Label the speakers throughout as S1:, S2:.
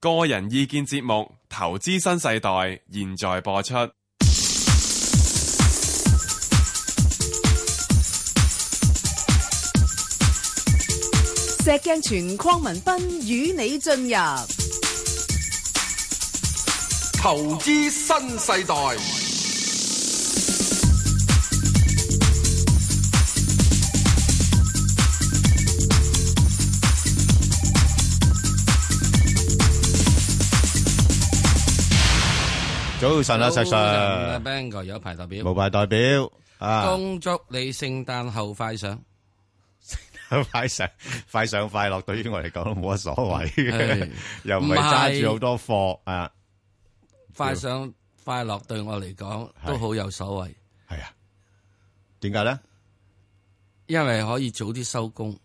S1: 個人意見節目《投資新世代》現在播出。
S2: 石鏡泉鄺民彬與你進入
S3: 投資新世代，
S4: 早晨啊，石 Sir，
S5: b a n g 有排代表，
S4: 無牌代表啊，
S5: 恭祝你聖誕後快上。
S4: 快上快上快落，對於我嚟講都冇乜所謂嘅
S5: 係，
S4: 又唔係揸住好多貨啊，
S5: 快上快落對我嚟講
S4: 係
S5: 都好有所謂，
S4: 係啊，點解咧？
S5: 因為可以早啲收工，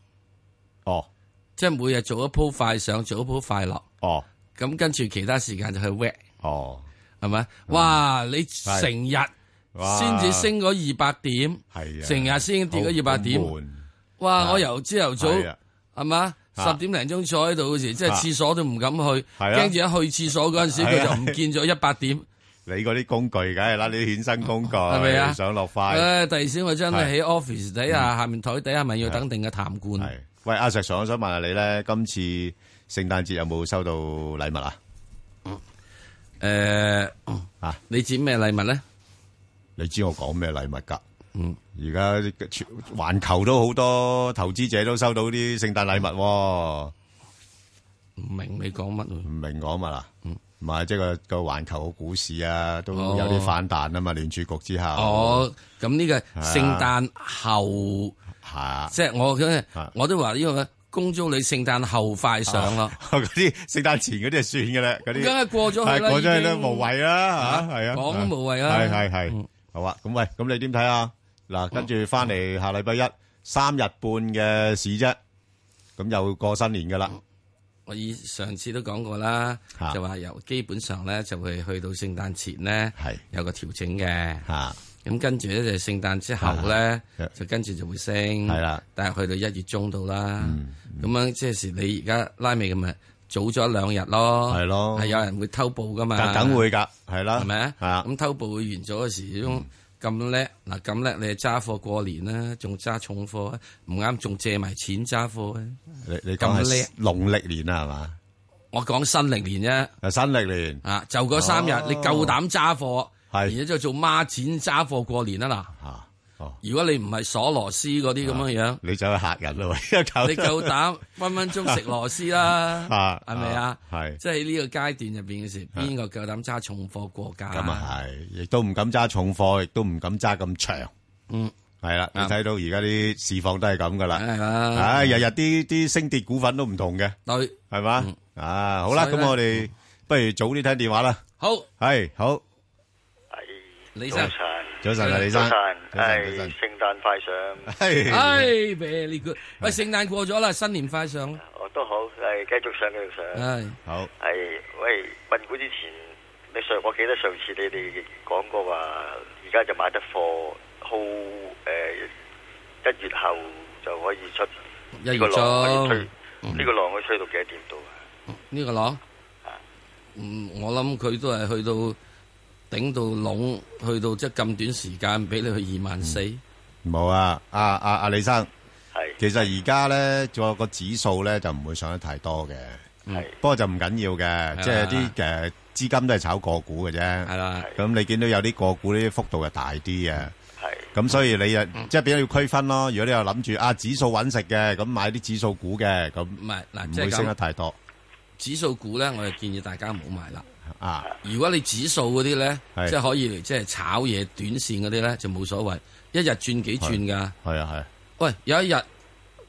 S4: 哦
S5: 即係每日做一鋪快上，做一鋪快落，
S4: 哦
S5: 咁跟住其他時間就去 w a
S4: 哦，
S5: 係咪？哇！你成日
S4: 哇
S5: 先至升咗二百點，
S4: 係啊，
S5: 成日先跌咗二百
S4: 好
S5: 點，
S4: 悶
S5: 哇！我由朝頭早
S4: 係啊
S5: 係嘛？十
S4: 啊
S5: 點零鐘坐喺度嗰時，即係
S4: 啊
S5: 廁所都唔敢去，
S4: 係啊
S5: 驚住一去廁所嗰陣時
S4: 係
S5: 佢
S4: 啊
S5: 就唔見咗一百點。
S4: 你嗰啲工具梗係啦，你啲衍生工具
S5: 係咪啊
S4: 上落快
S5: 誒，第二先我真係
S4: 係嗯
S5: 喺 office 底啊下下面台底下咪要等定嘅痰罐，
S4: 係。喂，阿石 Sir，我想問下你咧，今次聖誕節有冇收到禮物啊？
S5: 誒哦
S4: 啊，
S5: 你指咩禮物咧？
S4: 你知我講咩禮物㗎？
S5: 嗯，
S4: 而家啲全環球都好多投資者都收到啲聖誕禮物喎，
S5: 唔明你講乜喎
S4: 唔？明我嘛啦？唔係，即係個個環球嘅股市啊，都
S5: 哦
S4: 有啲反彈啊嘛，聯儲局之後。，
S5: 哦，咁呢個
S4: 啊
S5: 聖誕後，
S4: 係
S5: 即係我咁
S4: 啊
S5: 嘅，我都話呢個恭祝你聖誕後快上咯。
S4: 嗰啲聖誕前嗰啲就算嘅啦，嗰
S5: 梗
S4: 啲
S5: 係過咗去
S4: 係
S5: 啦，
S4: 過咗去
S5: 已
S4: 都
S5: 經
S4: 無謂啦嚇，
S5: 嚇
S4: 係啊，
S5: 講都無謂啦
S4: 係係係
S5: 嗯，
S4: 好啊，咁喂，咁你點睇啊？嗱，跟住翻嚟下禮拜一三日半嘅市啫，咁又過新年噶啦，
S5: 我以上次都講過啦
S4: 啊，
S5: 就話由基本上咧就會去到聖誕前咧
S4: 係
S5: 有個調整嘅。
S4: 嚇
S5: 咁跟住咧就聖誕之後咧
S4: 啊，
S5: 就跟住就會升，
S4: 係啦，嗯
S5: 但係去到一月中到啦，咁樣即係時你而家拉尾咁咪早咗兩日咯，
S4: 係咯
S5: 係有人會偷步噶嘛，
S4: 梗梗會㗎，係啦，
S5: 係咪啊？
S4: 係啊，嗯
S5: 咁偷步會完咗嘅時鐘咁叻，嗱咁叻你係揸貨過年啦，仲揸重貨啊，唔啱仲借埋錢揸貨啊，
S4: 你你講
S5: 咁
S4: 係
S5: 叻
S4: 農曆年啊，係嘛？
S5: 我講新歷年啫。
S4: 啊，新歷年
S5: 啊！就嗰三日，
S4: 哦
S5: 你夠膽揸貨，
S4: 係
S5: 然之後做孖展揸貨過年啊
S4: 嚇，哦，
S5: 嗱！如果你唔係鎖螺絲嗰啲咁樣樣，
S4: 你走去嚇人咯， 喂一搞，
S5: 你夠膽分分鐘食螺絲啦
S4: 啊
S5: 係咪啊？
S4: 係啊
S5: 即係呢個階段入邊嘅時，邊個夠膽揸重貨過價？
S4: 咁啊係，亦都唔敢揸重貨，亦都唔敢揸咁長。
S5: 嗯，
S4: 係啦，你
S5: 啱
S4: 睇到而家啲市況都係咁噶啦。
S5: 梗係啦，
S4: 唉，日日啲啲升跌股份都唔同嘅，
S5: 對，
S4: 係嘛？啊，好啦，
S5: 所以
S4: 咁
S5: 咧
S4: 我哋不如早啲聽電話啦。
S5: 好，
S4: 係，好，
S5: 李
S6: 哎早
S5: 生，
S6: 晨，
S4: 早晨啊，李
S6: 早
S4: 生，早
S6: 晨，
S4: 晨，早
S6: 係聖誕快 上，
S4: 晨，係，
S5: 唉，俾你
S4: 啊
S5: 個，喂，聖誕過咗啦，新年快上啦，
S6: 我哦都好，係繼續上，繼續
S4: 啊
S6: 上，
S5: 唉，
S4: 好，
S6: 係喂，問股之前，你上我記得上次你哋講過話，而家就買得貨，好誒一月後就可以出
S5: 一
S6: 呢
S5: 月
S6: 個浪，
S5: 中
S6: 可以推
S4: 嗯
S6: 呢個浪可以推到幾多點度啊？
S5: 呢個浪，嗯，我諗佢都係去到頂到籠，去到即係咁短時間俾你去二萬四，
S4: 冇啊，阿阿阿李生，
S6: 係
S4: 其實而家咧，仲有個指數咧就唔會上得太多嘅，
S6: 係
S4: 不過就唔緊要嘅，即係啲誒資金都係炒個股嘅
S5: 啊係
S4: 啫。
S5: 啦，
S4: 咁你見到有啲個股呢啲幅度就大啲嘅。
S6: 係
S4: 咁所以你啊，
S5: 嗯
S4: 即係比較要區分咯。如果你又諗住啊指數揾食嘅，咁買啲指數股嘅，咁
S5: 唔係嗱，
S4: 唔
S5: 啊即係
S4: 會升得
S5: 咁
S4: 太多
S5: 指數股咧，我就建議大家唔好買啦。
S4: 啊。
S5: 如果你指數嗰啲咧，
S4: 係
S5: 即係可以嚟即係炒嘢短線嗰啲咧，就冇所謂，一日轉幾轉噶。
S4: 係啊
S5: 喂，有一日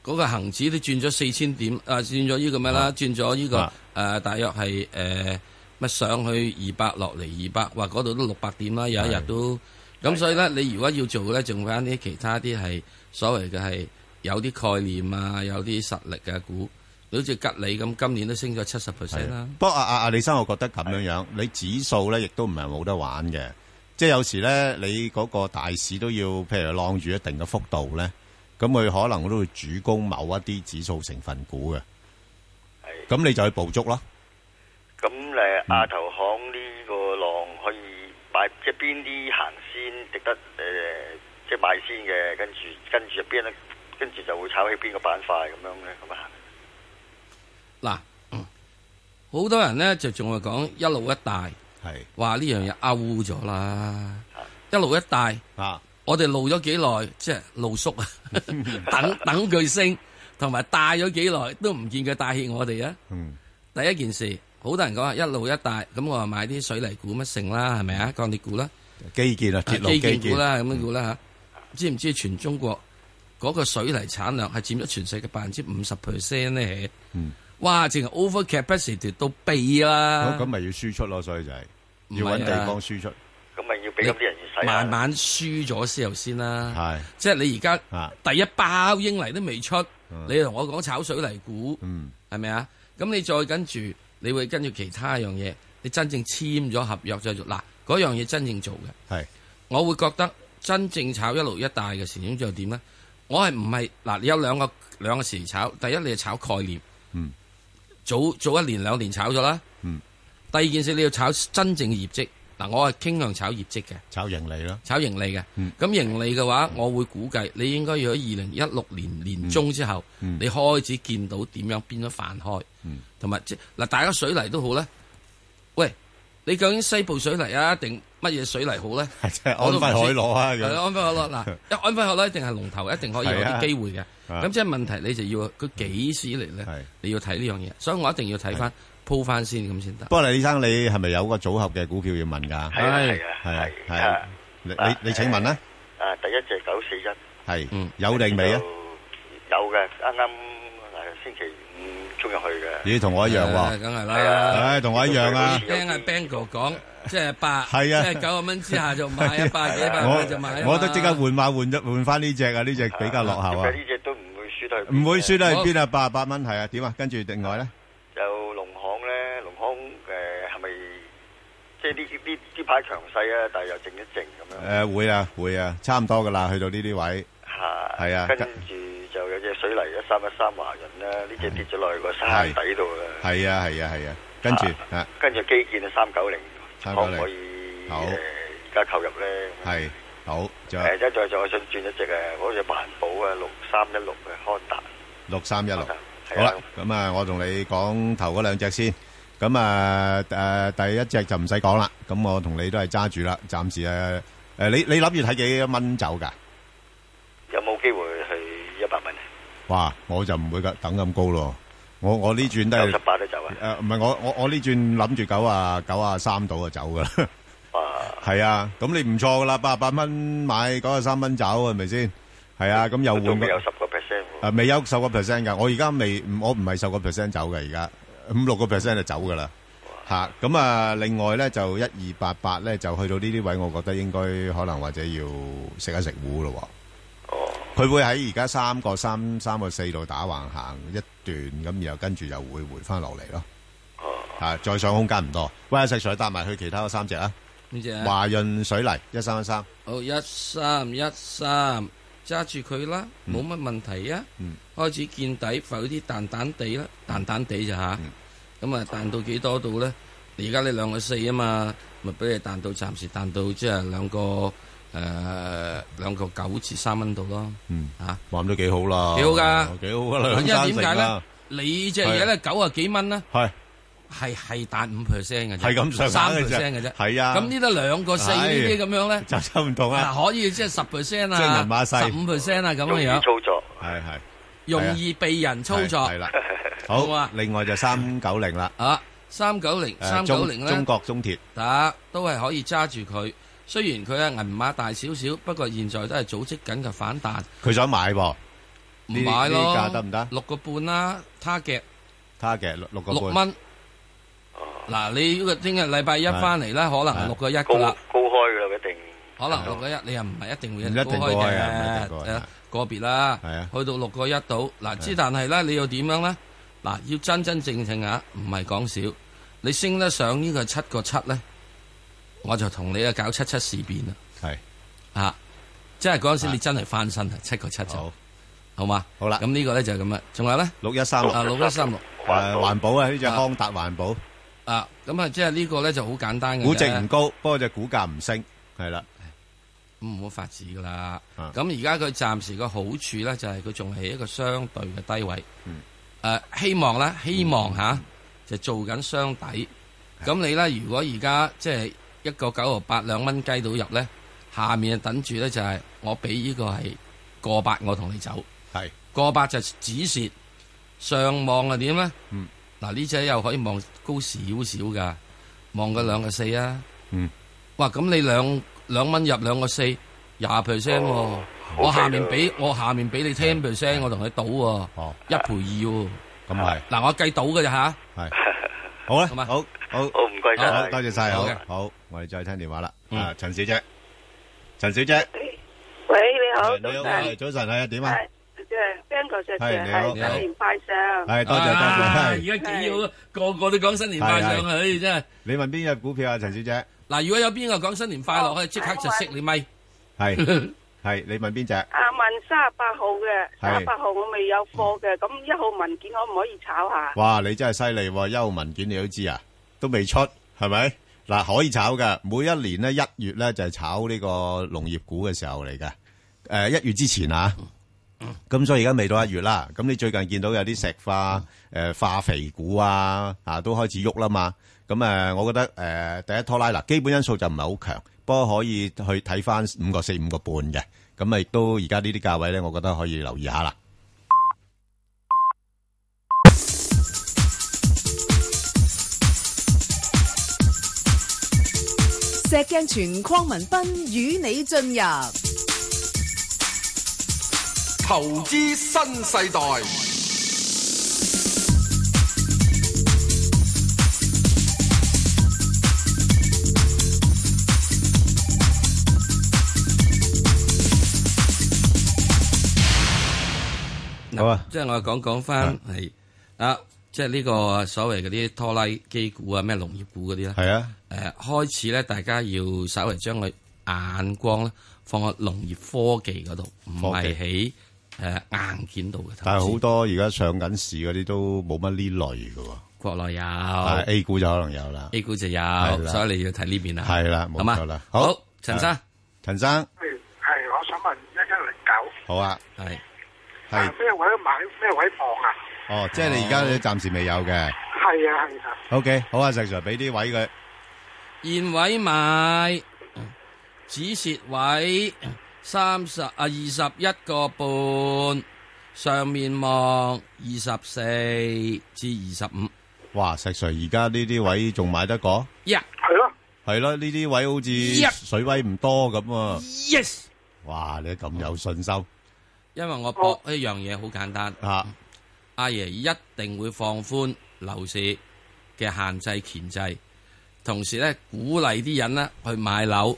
S5: 嗰個恒指都轉咗四千點，啊轉咗呢個咩啦？轉咗呢
S4: 啊
S5: 個誒，大約係誒乜上去二百落嚟二百，話嗰度都六百點啦，有一日都。咁所以咧，你如果要做咧，仲翻啲其他啲係所謂嘅係有啲概念啊，有啲實力嘅股，好似吉利咁，今年都升咗七十
S4: 係，係
S5: percent 啦
S4: 啊。。不過啊啊啊，李生，我覺得咁樣樣，你指數咧亦都唔係冇得玩嘅，即係有時咧你嗰個大市都要，譬如晾住一定嘅幅度咧，咁佢可能都會主攻某一啲指數成分股嘅，
S6: 係。
S4: 咁你就去捕捉咯。
S6: 咁亞投行呢個浪可以買，即係邊啲行先值得誒、呃即係買先嘅，跟住跟住邊咧，跟住就會炒起邊個板塊咁樣咧，咁啊，
S5: 嗱，好多人咧就仲係講一路一帶，
S4: 係
S5: 話呢樣嘢 out 咗啦，一路一帶。
S4: 啊，
S5: 我哋露咗幾耐，即係露宿啊，等等佢升，同埋帶咗幾耐都唔見佢帶起我哋啊！
S4: 嗯，
S5: 第一件事，好多人講話一路一帶，咁我話買啲水泥股乜成啦，係咪啊？鋼鐵股啦，
S4: 基建啊，鐵路
S5: 基
S4: 基
S5: 建
S4: 建
S5: 股，啦，咁樣股啦嚇。知唔知全中國嗰個水泥產量係佔咗全世界百分之五十 percent 咧？
S4: 嗯
S5: 哇！淨係 over capacity 到痹啦
S4: 咁咁，咪要輸出咯，所以就係
S5: 唔
S4: 要揾
S5: 係啊
S4: 地方輸出，
S6: 咁咪要俾咁啲人要使下
S5: 慢慢輸咗之後先啦。
S4: 係
S5: 即係你而家
S4: 啊，
S5: 第一包英泥都未出
S4: 嗯，
S5: 你同我講炒水泥股
S4: 嗯，
S5: 係咪啊？咁你再跟住，你會跟住其他樣嘢，你真正簽咗合約就做嗱嗰樣嘢真正做嘅，
S4: 係
S5: 我會覺得真正炒一路一帶嘅時鐘就點咧？我係唔係嗱？你有兩個兩個時炒，第一你係炒概念，
S4: 嗯，
S5: 早早一年兩年炒咗啦，
S4: 嗯，
S5: 第二件事你要炒真正嘅業績嗱，我係傾向炒業績嘅。
S4: 炒盈利啦，
S5: 炒盈利嘅。咁、
S4: 嗯
S5: 盈利嘅話，我會估計你應該要喺二零一六年年中之後，
S4: 嗯
S5: 你開始見到點樣變咗泛開
S4: 嗯，
S5: 同埋即嗱，大家水泥都好咧。喂，你究竟西部水泥啊，定乜嘢水泥好咧？
S4: 係即係
S5: 我都
S4: 安
S5: 唔知
S4: 徽海螺啊，
S5: 係
S4: 咁
S5: 安徽可 樂嗱，一安徽可樂一定係龍頭，一定可以有
S4: 係啊
S5: 啲機會嘅。
S4: 啊
S5: 咁即係問題，你就要佢幾時嚟
S4: 係
S5: 咧？你要睇呢樣嘢，所以我一定要睇翻鋪翻先咁先得。
S4: 不過李生，你係咪有個組合嘅股票要問㗎？
S6: 係啊係啊
S4: 係啊
S6: 係
S4: 係
S6: 啊
S4: 啊，你你你請問咧，
S6: 啊！第一隻九四一。
S4: 係
S5: 嗯
S4: 有定未啊？？
S6: 有嘅，啱啱誒星期五衝入去嘅。
S4: 咦，同我一樣
S5: 誒
S4: 喎，
S5: 梗係
S6: 係
S5: 啦
S6: 啊。
S4: 唉，同我一樣啊！
S5: 聽阿 Bang 哥講，即係八，
S4: 係啊
S5: 即係九十蚊之下就買一百幾百蚊就買啊
S4: 我
S5: 嘛
S4: 我都即刻換馬換咗換翻呢只啊，呢只比較落後啊
S6: 呢，只都唔會輸得去邊嘅
S4: 唔會輸得去邊啊，八十八蚊係啊，點啊？跟住另外咧，
S6: 就農行咧，農行誒係咪即係呢呢呢排強勢啊？但係又靜一靜咁樣
S4: 誒會啊會啊，差唔多噶啦，去到呢啲位
S6: 嚇。
S4: 係啊
S6: 跟住就有隻水泥一三一三華潤啦，呢只跌咗落去個山底度啦。
S4: 係啊係啊係啊，跟住啊
S6: 跟住基建啊，三九零可唔
S4: 390
S6: 可以誒呃
S4: 好
S6: 而家購入咧？
S4: 係好，仲
S6: 誒，
S4: 有
S6: 一再再想轉一隻誒，嗰只環保啊，六三一六嘅康達。
S4: 六三一六。
S6: 係
S4: 好啦
S6: 啊，，
S4: 咁啊，我同你講頭嗰兩隻先。咁啊，誒，第一隻就唔使講啦。咁我同你都係揸住啦，暫時誒誒，你你諗住睇幾多蚊走㗎？
S6: 有冇機會去一百蚊啊？
S4: 哇，我就唔會㗎，等咁高咯。我我呢轉都
S6: 九
S4: 係
S6: 十八都走啊！
S4: 誒，唔係我我我呢轉諗住九啊九啊三度就走㗎 啦。
S6: 啊，
S4: 係啊，咁你唔錯㗎啦，八十八蚊買九啊三蚊走係咪先？係啊，咁又
S6: 都
S4: 換
S6: 未
S4: 個。
S6: 有十個 percent
S4: 啊，未有十個 percent 噶，我而家未，我唔係十個 percent 走嘅，而家五六個 percent 就走噶啦。吓，咁啊，另外咧就一二八八咧，就去到呢啲位，我覺得應該可能或者要食一食糊咯
S6: 哦，
S4: 喎。佢會喺而家三個三、三個四度打橫行一段，咁然後跟住又會回翻落嚟咯。
S6: 哦，
S4: 啊，再上空間唔多。喂，阿石 Sir 搭埋去其他嗰三隻啊，
S5: 呢隻啊
S4: 華潤水泥一三一三，
S5: 好一三一三，揸住佢啦，冇乜問題啊
S4: 嗯。
S5: 開始見底，浮啲彈彈地啦，彈彈地就吓。
S4: 嗯
S5: 咁啊，彈到幾多度咧？而家你兩個四啊嘛，咪俾你彈到，暫時彈到即係兩個誒兩個九至三蚊度咯。啊
S4: 嗯，
S5: 嚇，
S4: 話咁都幾好啦，
S5: 幾好㗎
S4: 幾好㗎啦，
S5: 因為
S4: 兩三
S5: 點解
S4: 成啦
S5: 咧，？你只嘢咧九啊幾蚊啦。
S4: 係
S5: 係係彈五 percent 嘅啫，
S4: 係咁上下
S5: 三
S4: 嘅啫
S5: percent 嘅啫，
S4: 係啊
S5: 咁呢得兩個四呢啲咁樣咧，
S4: 就就唔同啊。
S5: 嗱可以即係十 percent
S4: 即係人馬
S5: 啊，
S4: 細
S5: 十五 percent 啊咁
S6: 容易
S5: 樣樣，
S6: 操作，
S4: 係係
S5: 容易被人操作
S4: 係啦。好
S5: 好啊
S4: 另外就390啦，
S5: 啊。三九零
S4: 誒，
S5: 三九零
S4: 中
S5: 咧，
S4: 國中鐵
S5: 打都係可以揸住佢。雖然佢嘅銀碼大少少，不過現在都係組織緊嘅反彈，
S4: 佢想買喎
S5: 唔
S4: 呢
S5: 買咯。
S4: 呢價得唔得
S5: 六個半啦，target
S4: ，target 六六個
S5: 六
S4: 半
S5: 蚊。嗱，你呢個聽日禮拜一翻嚟咧，可能係六個一
S6: 高
S5: 噶啦。
S6: 高開㗎啦，一定
S5: 可能六個一，你又唔係一定會
S4: 唔一定
S5: 高開
S4: 高
S5: 嘅
S4: 開啊唔一定高開
S5: 誒
S4: 係
S5: 個別啦。
S4: 係啊
S5: 去到六個一度，嗱之但係咧，你又點樣咧？嗱，要真真正正啊，唔係講少，你升得上呢個七個七咧，我就同你啊搞七七事變啦，
S4: 係
S5: 啊！即係嗰陣時
S4: 係
S5: 你真係翻身啊，七個七就
S4: 好
S5: 好嘛？
S4: 好啦
S5: 咁啊呢個咧就係咁啦。仲有咧，
S4: 6136
S5: 啊六一三六
S4: 誒環保啊，呢隻康達環保
S5: 啊，咁啊，即係呢個咧就好簡單嘅啫，
S4: 估值唔高，啊不過只股價唔升，係啦，
S5: 咁冇法子噶啦。
S4: 啊
S5: 咁而家佢暫時個好處咧，就係佢仲係一個相對嘅低位。誒、
S4: 嗯
S5: 希望啦，希望吓、就做緊雙底。咁你咧，如果而家即係一個九毫八兩蚊雞到入咧，下面就等住咧就係我俾呢個係過百，我同你走。
S4: 係
S5: 過百就止蝕，上望係點咧？
S4: 嗯
S5: 嗱呢只又可以望高少少噶，望個兩個四啊。
S4: 嗯，
S5: 哇！咁你兩兩蚊入兩個四，廿 percent 喎。我下面俾我下面俾你 ten percent，我同你賭喎，
S4: 哦，
S5: 一賠二喎。
S4: 咁係
S5: 嗱，我計賭嘅咋吓。
S4: 係好啦，
S5: 好嘛
S4: 好好。
S6: 好唔該
S4: 好，
S6: 晒。
S4: 多謝晒，好
S5: 好嘅
S4: 好，我哋再聽電話啦。
S5: 嗯
S4: 啊，陳小姐，陳小姐，
S7: 喂，你好，
S4: 你
S7: 早
S4: 好，
S7: 晨，
S4: 早晨係啊，點啊？
S7: 係，即係 Ben 哥隻隻
S4: 係你好
S7: 係
S4: 你
S5: 好
S7: 新年快上，
S4: 係多謝
S5: 啊
S4: 多謝，係
S5: 而家幾好，個個都講新年快
S4: 係
S5: 上去真係。
S4: 你問邊隻股票啊？陳小姐，
S5: 嗱，如果有邊個講新年快樂，可以即刻就熄你咪。
S4: 係 係你問邊隻？
S7: 啊問三十八號嘅，
S4: 係
S7: 三十八號我未有貨嘅，咁一號文件可唔可以炒下？
S4: 哇！你真係犀利喎，優文件你都知啊，都未出係咪？嗱，可以炒噶，每一年咧一月咧就係炒呢個農業股嘅時候嚟嘅。誒、一月之前啊，咁所以而家未到一月啦。咁你最近見到有啲石化、誒、化肥股啊，啊都開始喐啦嘛。咁誒、呃我覺得誒、呃第一拖拉嗱，基本因素就唔係好強，不過可以去睇翻五個四、五個半嘅。咁啊，亦都而家呢啲價位咧，我覺得可以留意下啦。
S2: 石镜全框文斌与你进入
S3: 投資新世代，
S5: 嗱
S4: 好啊
S5: 即係我講講翻係啊，即係呢個所謂嗰啲拖拉機股啊，咩農業股嗰啲咧。
S4: 係啊，
S5: 誒開始咧，大家要稍微將佢眼光咧放喺農業科技嗰度，唔係喺誒硬件度嘅投資。
S4: 但係好多而家上緊市嗰啲都冇乜呢類嘅喎，
S5: 國內有
S4: 但係 A 股就可能有啦。
S5: A 股就
S4: 係
S5: 有，
S4: 啦
S5: 所以你要睇呢邊啦。啊
S4: 係啦冇
S5: 好嘛
S4: 錯啦好啊
S5: 好，陳生
S4: 陳生，
S8: 係，我想問一一零九，
S4: 好啊，
S5: 係
S4: 係
S8: 咩位買咩位放啊？
S4: 哦，即係你而家你暫時未有嘅。
S8: 係啊係啊，
S4: OK，好啊，石 Sir 俾啲位佢，
S5: 現位買止蝕位三十啊二十一個半，上面望二十四至二十五
S4: 哇，石 Sir 而家呢啲位仲買得過？
S5: 一
S8: 係咯，
S4: 係咯，呢啲位好
S5: 一
S4: 似水位唔多咁啊！
S5: yes，
S4: 哇，你咁有信心
S5: 因為我博一樣嘢好簡單。
S4: 啊？
S5: 阿爺一定會放寬樓市嘅限制鉗制，同時咧鼓勵啲人咧去買樓，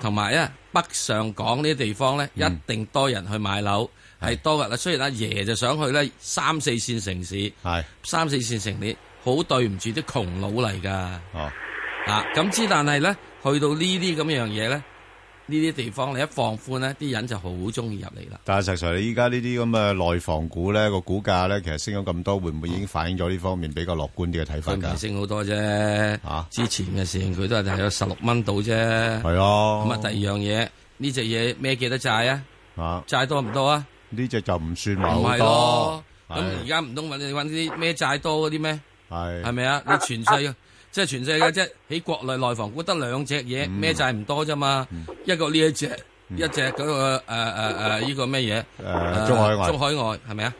S5: 同埋咧北上港呢啲地方咧一
S4: 嗯
S5: 定多人去買樓，係多人啦。雖然阿爺就想去咧三四線城市，
S4: 係
S5: 三四線城市好對唔住啲窮佬嚟㗎。
S4: 哦，
S5: 啊，咁之但係咧，去到呢啲咁樣嘢咧，呢啲地方你一放寬咧，啲人就好中意入嚟啦。
S4: 但係石 Sir 你依家呢啲咁嘅內房股咧個股價咧，其實升咗咁多，會唔會已經反映咗呢方面比較樂觀啲嘅睇法
S5: 佢唔係
S4: 㗎？
S5: 升好多啫，
S4: 啊
S5: 之前嘅事佢都係大約十六蚊到啫。
S4: 係咯，
S5: 咁啊，第二樣嘢呢只嘢咩幾多債啊？
S4: 啊，
S5: 債多唔多啊？
S4: 呢只就唔算話
S5: 唔
S4: 好
S5: 係
S4: 多
S5: 咯，。咁
S4: 係
S5: 而家唔通揾你揾啲咩債多嗰啲咩？
S4: 係
S5: 係咪啊？你全世界即係全世界即係喺國內內房股得兩隻嘢，
S4: 嗯
S5: 咩債唔多啫嘛？一個呢一隻，一隻嗰個誒誒誒呢個咩嘢？
S4: 誒中海外
S5: 中海外係咪啊？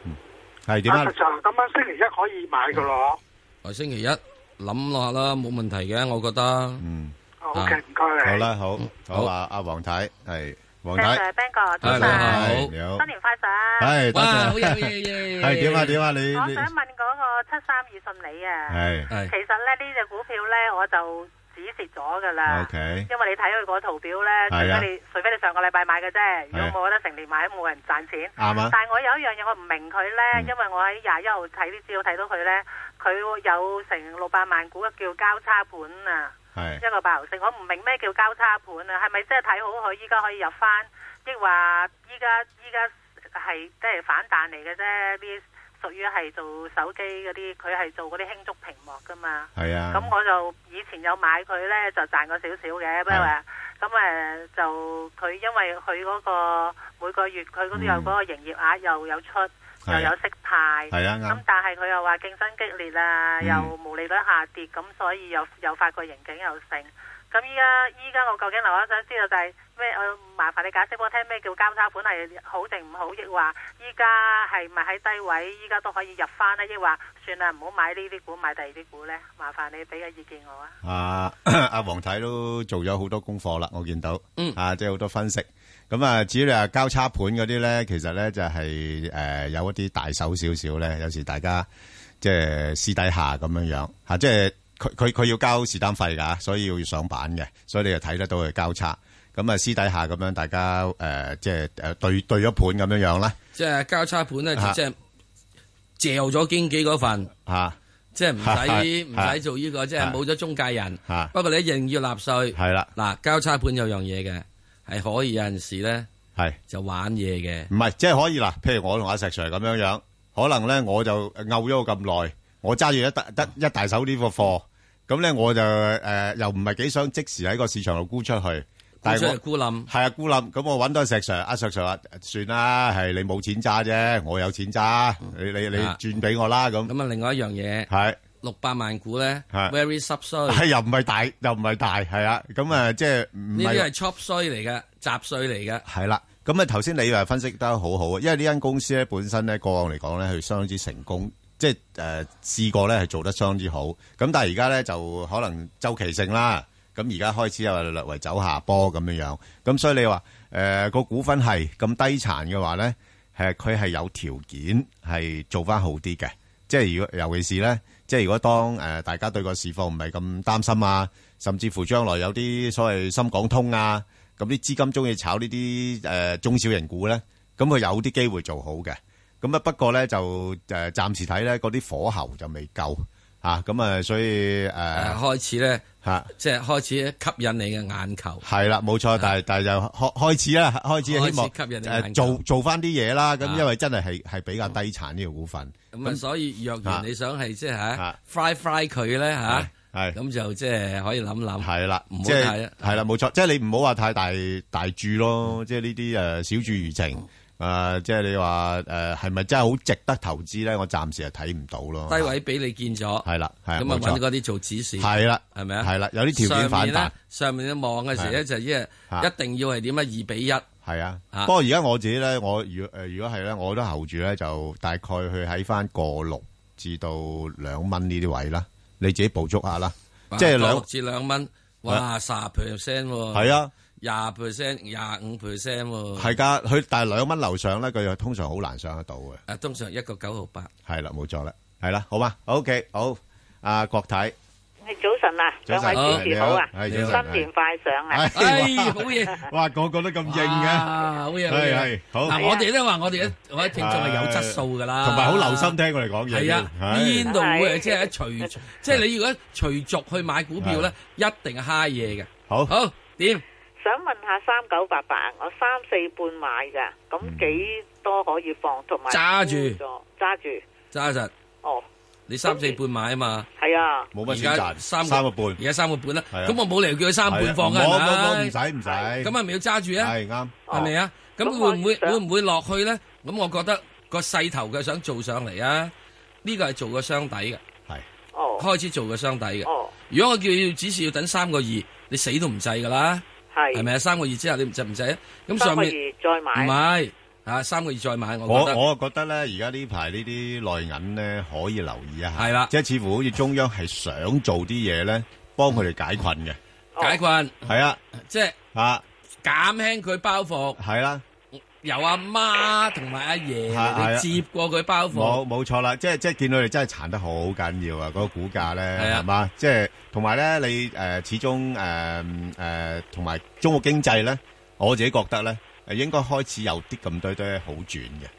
S4: 係點
S8: 阿實
S4: 啊？
S8: 就今晚星期一可以買噶咯。
S5: 來星期一諗落下啦，冇問題嘅，我覺得。
S4: 嗯，
S8: O K，唔該你。
S4: 好啦，好，好
S5: 好
S4: 啊，阿黃太係黃
S9: ，Ben
S10: Dạ,
S4: 太，
S9: Sir，Ben 哥，
S5: 係
S9: 早
S5: 你好
S4: 係
S9: 晨，
S4: 你好
S9: 新，年快上！
S4: 係多
S5: 哇！好嘢，好
S4: 謝，
S5: 嘢，
S4: 係點啊？點啊？你
S9: 我
S4: 你
S9: 想問嗰個七三二信你
S10: à.
S9: 啊，
S4: 係
S9: 其
S5: 係
S9: 實咧呢只股票咧我就止蝕咗噶
S10: À.
S9: 啦
S4: OK à.
S9: 因為你睇佢個圖表咧，除
S4: 係啊
S9: 非你除非你上個禮拜買嘅啫，
S4: 係
S9: 如果冇得成年買都冇人賺錢。
S4: 啱啊？
S9: 但係我有一樣嘢我唔明佢咧，因為我喺廿一號睇啲資料睇到佢咧，佢有成六百萬股叫交叉盤啊。
S4: 係
S9: 一個八毫四，我唔明咩叫交叉盤啊？係咪即係睇好佢依家可以入翻，抑或依家依家係即係反彈嚟嘅啫？呢屬於係做手機嗰啲，佢係做嗰啲輕觸屏幕噶嘛。
S4: 係啊，
S9: 咁我就以前有買佢呢，就賺過少少嘅，不過
S4: 係
S9: 咁誒就佢因為佢嗰、個每個月佢嗰度有嗰個營業額又有出，又
S4: 係
S9: 有息派。
S4: 係啊，
S9: 咁
S4: 啱，
S9: 但係佢又話競爭激烈啊，
S4: 嗯
S9: 又毛利率下跌，咁所以又又發覺刑警又盛。咁依家依家我究竟我想知道就係咩？我麻煩你解釋俾我聽咩叫交叉盤係好定唔好，抑話依家係咪喺低位？依家都可以入翻呢？抑話算啦，唔好買呢啲股，買第二啲股呢？麻煩你俾個意見我啊！
S4: 啊 阿黃太都做咗好多功課啦，我見到，
S5: 嗯
S4: 啊，即係好多分析。咁啊，至於你話交叉盤嗰啲咧，其實咧就係誒有一啲大手少少咧，有時大家即係私底下咁樣樣嚇，即係佢佢佢要交是單費㗎，所以要上板嘅，所以你就睇得到佢交叉。咁啊，私底下咁樣大家誒、即係誒對對咗盤咁樣樣啦
S5: 即係交叉盤咧，就
S4: 啊
S5: 即係嚼咗經紀嗰份，
S4: 嚇
S5: 即係唔
S4: 啊
S5: 使唔
S4: 係
S5: 使做呢個，即係冇咗中介人。
S4: 嚇，
S5: 不過你一定要納税。
S4: 啊係啦，
S5: 嗱，交叉盤有樣嘢嘅，係可以有陣時咧
S4: 係。
S5: 就玩嘢嘅。
S4: 唔係，即係可以啦。譬如我同阿石 Sir 咁樣樣，可能咧我就拗咗咁耐，我揸住一大得一大手呢個貨，咁咧我就誒、呃又唔係幾想即時喺個市場度沽出去，但
S5: 沽出
S4: 係我
S5: 嚟孤冧，
S4: 係啊沽冧，咁我揾到阿石 Sir，阿石 Sir 話算啦，係你冇錢揸啫，我有錢揸，你你你
S5: 啊
S4: 轉俾我啦咁，
S5: 咁啊另外一樣嘢，
S4: 係。
S5: 六百萬股咧
S4: 係
S5: ，very 濕衰，
S4: 啊係又唔係大，又唔係大，係啊，咁啊，即係唔
S5: 呢
S4: 係
S5: 啲
S4: 話
S5: 係 chop 衰嚟嘅，雜衰嚟嘅。
S4: 系啦，咁啊頭先你又分析得好好啊，因為呢間公司咧本身咧過往嚟講咧，佢相當之成功，即係诶試過咧係做得相當之好。咁但係而家咧就可能周期性啦，咁而家開始又略為走下坡咁樣樣。咁所以你話诶個股份係咁低殘嘅話咧，诶佢係有條件係做翻好啲嘅。即係如果尤其是咧，即係如果當誒、呃大家對個市況唔係咁擔心啊，甚至乎將來有啲所謂深港通啊，咁啲資金中意炒呢啲誒中小型股咧，咁佢有啲機會做好嘅。咁啊不過咧就誒、呃、暫時睇咧嗰啲火候就未夠嚇，咁啊所以誒
S5: 誒
S4: 嚇
S5: 開始咧，
S4: 嚇
S5: 即係開始吸引你嘅眼球。
S4: 係啦，冇錯，但係但係就開開始啦，開始希望
S5: 開始吸引你
S4: 呃
S5: 眼球
S4: 做做翻啲嘢啦，咁
S5: 啊
S4: 因為真係係係比較低殘呢個股份，
S5: 咁啊，所以若然
S4: 啊
S5: 你想係即係
S4: 啊
S5: 嚇 fry fry 佢咧
S4: 係
S5: 嚇，
S4: 係。
S5: 咁就即係可以諗諗。
S4: 系啦，
S5: 啊唔好
S4: 即係
S5: 太啊
S4: 系啦，冇錯，即係你唔好話太大大注咯，即係呢啲诶小注怡情诶，即係你話诶係咪真係好值得投資咧？我暫時係睇唔到咯。
S5: 低位俾你見咗，
S4: 係啦，係啊
S5: 咁啊
S4: 冇
S5: 揾
S4: 錯，
S5: 嗰啲做指示，
S4: 係啦，
S5: 係咪啊？
S4: 係啦有啲條件反彈
S5: 上面咧，上面你望嘅時咧就一
S4: 啊
S5: 一定要係點啊？二比一，
S4: 係啊。不
S5: 啊
S4: 過而家我自己咧，我如诶如果係咧，我都候住咧，就大概去喺翻個六至到兩蚊呢啲位啦，你自己捕捉下啦。即係
S5: 哇
S4: 兩
S5: 六至兩蚊，哇，十 percent 喎，
S4: 係啊。
S5: 廿 percent、廿五 percent 喎，
S4: 係㗎，佢但係兩蚊樓上咧，佢又通常好難上得到嘅。
S5: 啊，通常一個九毫 八。
S4: 係啦，冇錯啦，係啦，好嘛，OK，好，阿郭太。
S9: 早晨啊，
S4: 早晨兩位主持好啊係早晨新年啊
S9: 快上
S4: 唉
S5: 哎，好嘢，
S4: 哇，個個都咁硬嘅，
S5: 啊，好嘢，好
S4: 係
S5: 嘢
S4: 係。好，
S5: 嗱，我哋都話我哋一我啲聽眾係有質素噶啦，
S4: 同埋好留心聽我哋講嘢。
S5: 系啊，
S4: 係
S5: 邊度會係即係隨 即係你如果隨逐去買股 票咧，一定係蝦嘢嘅。
S4: 好
S5: 好點？
S9: 想問下三九八八，我三四半買噶，
S4: 嗯
S9: 咁幾多可以放？同埋
S5: 揸住
S9: 揸住，
S5: 揸實，
S9: 哦，
S5: 你三四半買啊嘛，
S9: 係啊。
S4: 冇
S5: 而
S4: 乜選
S5: 家
S4: 擇，
S5: 三
S4: 三個半，
S5: 而家三個半啦。
S4: 係啊
S5: 咁我冇理由叫佢三
S4: 係啊
S5: 半放㗎，
S4: 我
S5: 係
S4: 我我唔
S5: 咪
S4: 使唔使，
S5: 咁
S4: 咁
S5: 啊，咪要揸住啊？
S4: 係啱，
S5: 係咪啊？咁
S9: 咁
S5: 會唔會
S9: 我想
S5: 會唔會落去咧？咁我覺得個勢頭佢想做上嚟啊，呢個係做個雙底嘅，
S4: 係
S9: 哦
S5: 開始做個雙底嘅。
S9: 哦，
S5: 如果我叫要只是要等三個二，你死都唔制㗎啦，
S9: 係
S5: 係咪啊？三個二之後你唔制唔制啊？咁
S9: 三
S5: 上
S9: 個
S5: 面。
S9: 月再
S5: 唔
S9: 買。
S5: 係啊，三個月再買，我覺
S4: 我
S5: 得
S4: 我覺得咧，而家呢排呢啲內銀咧可以留意一下，
S5: 係啦
S4: 即係似乎好似中央係想做啲嘢咧，幫佢哋解困嘅，
S5: 解困，
S4: 係啊，
S5: 即係
S4: 啊，
S5: 減輕佢包袱，
S4: 係啦。
S5: 由阿媽同埋阿
S4: 係
S5: 爺
S4: 係
S5: 你接過佢包
S4: 冇
S5: 袱，
S4: 冇錯啦，即係即係見到你真係殘得好緊要啊！嗰、個股價咧
S5: 係啊
S4: 係嘛，即係同埋咧你誒、呃始終誒誒同埋中國經濟咧，我自己覺得咧誒應該開始有啲咁多多好轉嘅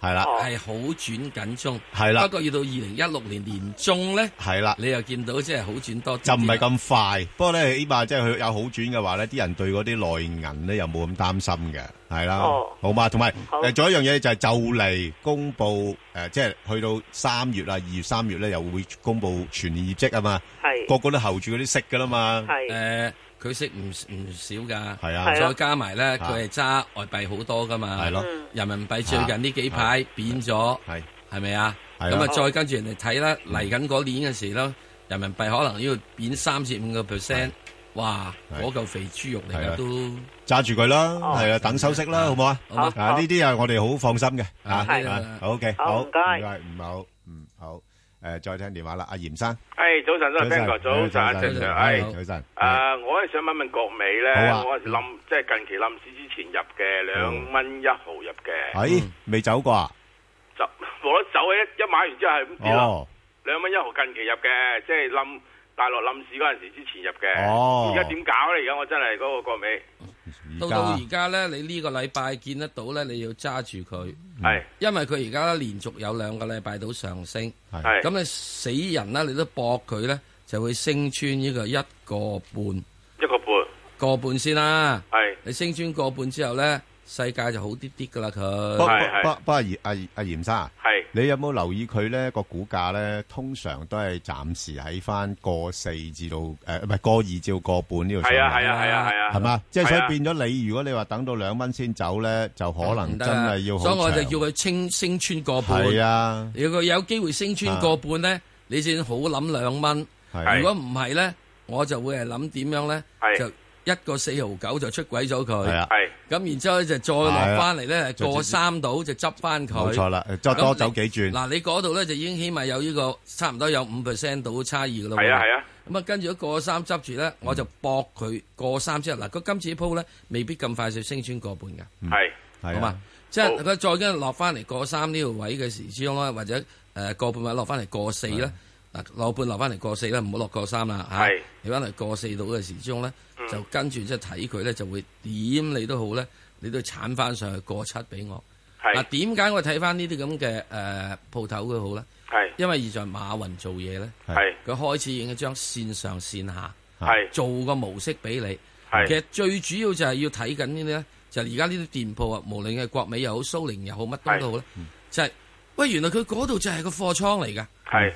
S4: 係啦，
S5: 係好轉緊中，
S4: 係啦
S5: 哦不過要到二零一六年年中咧，
S4: 係啦。
S5: 你又見到即係好轉多啲啊
S4: 就唔係咁快，不過咧，起碼即係佢有好轉嘅話咧，啲人對嗰啲內銀咧又冇咁擔心嘅，係啦，
S7: 哦
S4: 好嘛？同埋
S7: 好
S4: 誒，仲有一樣嘢就係就嚟公布誒、呃即係去到三月啊、二月、三月咧，又會公布全年業績啊嘛，
S7: 係
S4: 個個都候住嗰啲息噶啦嘛，
S7: 係
S5: 誒，佢息唔唔少㗎，
S4: 係啊
S7: 係啊
S5: 再加埋咧，佢係揸外幣好多㗎嘛，
S4: 係咯，
S9: 嗯
S4: 啊
S5: 人民幣最近呢幾排貶咗，
S4: 係
S5: 係咪啊？
S4: 係啊
S5: 咁啊，再跟住人哋睇啦，嚟緊嗰年嘅時咯，人民幣可能要貶三至五個 percent，哇！
S4: 係
S5: 嗰嚿肥豬肉嚟
S4: 係啊
S5: 㗎都，
S4: 揸住佢啦，
S7: 哦
S4: 係啊，等收息啦，
S5: 啊
S4: 好唔好啊？
S5: 好嘛？
S4: 啊，呢啲係我哋好放心嘅，啊，
S5: 係
S4: 啊
S5: 啊
S4: ，OK，
S7: 好
S4: 好，
S7: 唔該
S4: 唔好，嗯，好，誒，再聽電話啦，阿嚴生，
S11: 诶，早晨，早晨，Ben 哥，早晨，
S6: Dạ,
S4: 早晨
S11: 早晨，
S5: 哎
S11: 诶，
S4: 早晨，
S6: à,
S11: 诶，我咧想问问國美咧
S4: 好啊，
S11: 我冧即係近期冧市之前入嘅兩蚊一毫入嘅，
S5: Ừ.
S4: 哎，未走過啊？
S11: 就冇得走嘅，一一買完之後係咁跌啦，
S4: 哦。
S11: 兩蚊一毫近期入嘅，即係冧大陸冧市嗰陣時之前入嘅，
S4: 哦
S11: 而家點搞咧？而家我真係嗰個國美
S5: 到到而家咧，你呢個禮拜見得到咧，你要揸住佢，
S11: 係
S5: 因為佢而家連續有兩個禮拜到上升，
S4: 係
S11: 係
S5: 咁你死人啦，你都搏佢咧，就會升穿呢個一個半
S11: 一個半，
S5: 個半先啦。
S11: 係
S5: 你升穿個半之後咧，世界就好啲啲噶啦
S4: 不
S5: 佢。
S11: 係，係。
S4: 不不不過嚴阿阿嚴生啊，
S11: 係
S4: 你有冇留意佢咧個股價咧？通常都係暫時喺翻個四至到誒，唔係個二至到個半呢度上
S11: 係啊，
S4: 落，
S11: 係啊，係啊，係啊，
S4: 係嘛？即係所
S11: 係啊
S4: 以變咗你，如果你話等到兩蚊先走咧，就可能
S5: 唔得
S4: 真
S5: 啦
S4: 係要好
S5: 所
S4: 長。
S5: 以我就叫佢清升穿個半。
S4: 係啊，
S5: 如果有機會升穿個半咧，你先好諗兩蚊。
S4: 係
S5: 如果唔係咧，我就會係諗點樣咧，
S11: 係
S5: 就一個四毫九就出軌咗
S4: 係
S5: 佢。
S4: 啊，
S11: 係
S5: 咁然之後咧就再落翻嚟咧，過三度就執翻佢。
S4: 冇錯啦，再
S5: 咁
S4: 多
S5: 你
S4: 走幾轉，
S5: 嗱，你嗰度咧就已經起碼有呢個差唔多有五 percent 到差異噶啦。
S11: 係啊，係啊，
S5: 咁啊，跟住一過三執住咧，我就搏佢過三之後，嗱，佢今次鋪咧未必咁快就升穿過半噶，
S11: 係
S4: 係
S5: 好
S4: 啊
S5: 嘛？即係
S11: 好
S5: 佢再跟住落翻嚟過三呢個位嘅時之中啦，或者誒過半位落翻嚟過四咧，嗱，落半落翻嚟過四啦，唔好落過三啦嚇
S11: 係，嗯
S5: 你翻嚟過四度嘅時鐘咧，就跟住即係睇佢咧就會點你都好咧，你都鏟翻上去過七俾我。嗱，
S11: 係
S5: 點解我睇翻呢啲咁嘅誒鋪頭佢好咧？
S11: 係
S5: 因為現在馬雲做嘢咧，
S11: 係
S5: 佢開始已經將線上線下。
S11: 係
S5: 做個模式俾你。其
S11: 係
S5: 實最主要就係要睇緊呢啲咧，就係而家呢啲店鋪啊，無論係國美又好、蘇寧又好，乜都都好咧，就係、喂，原來佢嗰度就係個貨倉嚟㗎，
S11: 係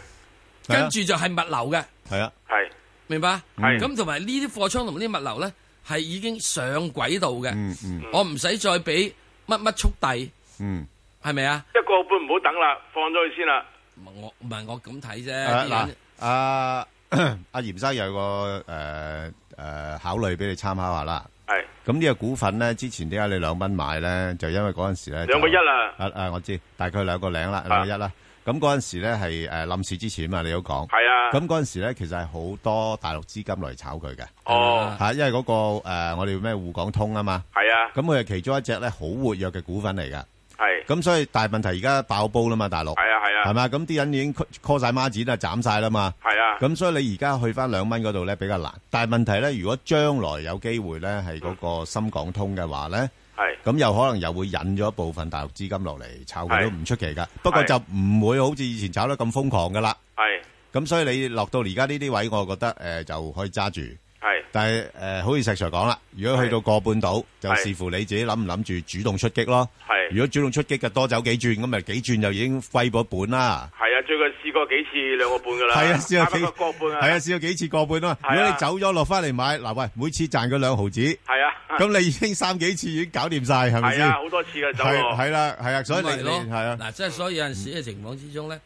S4: 係啊
S5: 跟住就係物流嘅，
S4: 係啊，
S11: 係
S5: 明白？
S11: 係
S5: 咁同埋呢啲貨倉同埋呢啲物流咧，係已經上軌道嘅，
S4: 嗯嗯
S5: 我唔使再俾乜乜速遞，
S4: 嗯，
S5: 係咪啊？
S11: 一個半唔好等啦，放咗佢先啦。
S5: 我唔係我咁睇
S4: 誒
S5: 啫，啲
S4: 嗱
S5: 人，
S4: 阿 阿嚴生有個誒誒考慮俾你參考下啦。
S11: 係
S4: 咁呢個股份咧，之前點解你兩蚊買咧？就因為嗰陣時咧
S11: 兩個一
S4: 就
S11: 啦，
S4: 啊啊，我知，大概兩個零啦，兩
S11: 啊
S4: 個一啦。咁嗰陣時咧係誒冧市之前嘛，你都講。
S11: 係啊，
S4: 咁嗰陣時咧，其實係好多大陸資金嚟炒佢嘅
S11: 哦，
S4: 嚇，因為嗰個誒我哋咩滬港通啊嘛，
S11: 係啊，
S4: 咁佢係其中一隻咧好活躍嘅股份嚟㗎。
S11: 係
S4: 咁所以大問題而家爆煲啦嘛，大陸
S11: 係啊，係
S4: 係
S11: 啊，
S4: 嘛？咁啲人已經 call 晒孖展啦，斬晒啦嘛。
S11: 係 啊，
S4: 咁所以你而家去翻兩蚊嗰度咧比較難，但係問題咧，如果將來有機會咧係嗰個深港通嘅話咧。
S11: 係
S4: 咁又可能又會引咗一部分大陸資金落嚟炒佢
S11: 係
S4: 都唔出奇噶，不過
S11: 係
S4: 就唔會好似以前炒得咁瘋狂噶啦。
S11: 係
S4: 咁所以你落到而家呢啲位，我覺得誒、呃就可以揸住。
S11: 係
S4: 但係誒、呃好似石 Sir 講啦，如果去到個半島，就視乎你自己諗唔諗住主動出擊咯。如
S11: 係
S4: 果主動出擊嘅多走幾轉，咁咪幾轉就已經揮咗本啦。
S11: 係啊，最近試過幾次兩個半噶啦，
S4: 係啊，試過幾
S11: 差唔多個半啊，
S4: 係啊，，試過幾次個半啦。
S11: 係啊
S4: 如果你走咗落翻嚟買，嗱喂，每次賺佢兩毫子，
S11: 係啊，
S4: 咁你已經三幾次已經搞掂晒，係咪
S11: 係
S4: 先
S11: 啊，？好多次嘅走
S4: 係
S11: 喎，
S4: 係啦，係啊，所以
S5: 咁咪
S4: 你
S5: 咯
S4: 你係啊。
S5: 嗱，即係所以有陣時嘅情況之中咧，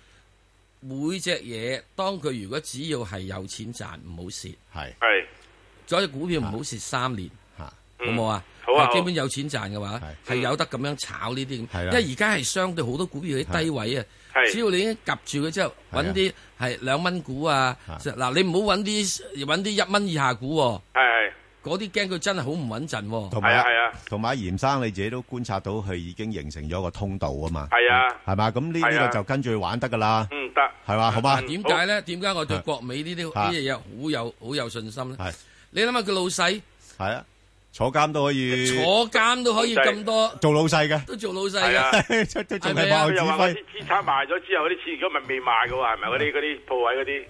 S5: 每隻嘢當佢如果只要係有錢賺，唔好蝕。
S4: 係
S11: 係
S5: 所以股票唔
S4: 啊
S5: 好蝕三年，
S4: 嚇，
S5: 好冇啊？
S11: 好啊好
S5: 基本有錢賺嘅話，
S4: 係
S5: 係有得咁樣炒呢啲咁。
S4: 係
S5: 因
S4: 啊
S5: 為而家係相對好多股票啲低位啊，只
S11: 係
S5: 要你已經夾住佢之後，
S4: 係啊
S5: 揾啲係兩蚊股啊，
S4: 啊
S5: 嗱你唔好揾啲揾啲一蚊以下股喎，
S11: 係
S5: 嗰啲驚佢真係好唔穩陣喎。
S4: 同
S11: 係
S4: 埋
S11: 啊係啊
S4: 同埋嚴生你自己都觀察到佢已經形成咗個通道啊嘛，
S11: 係啊，
S4: 係嘛？咁呢
S11: 係啊
S4: 呢個就跟住去玩得噶啦，
S11: 嗯得
S4: 係啊嘛？好嘛？
S5: 點解咧？點解我對國美呢啲
S4: 啊
S5: 呢啲嘢好有好有信心咧？
S4: 係
S5: 你諗下佢老細
S4: 係啊，坐監都可以，
S5: 坐監都可以咁多，
S4: 做老細嘅，
S5: 都做老細
S11: 係啊
S5: 嘅。
S4: 都仲係
S5: 係咪
S4: 幕
S5: 啊
S4: 後
S11: 佢
S4: 指
S11: 又話嗰
S4: 揮
S11: 啲。資產賣咗之後，嗰啲錢如果咪未賣嘅喎，係咪嗰啲嗰啲鋪位嗰啲？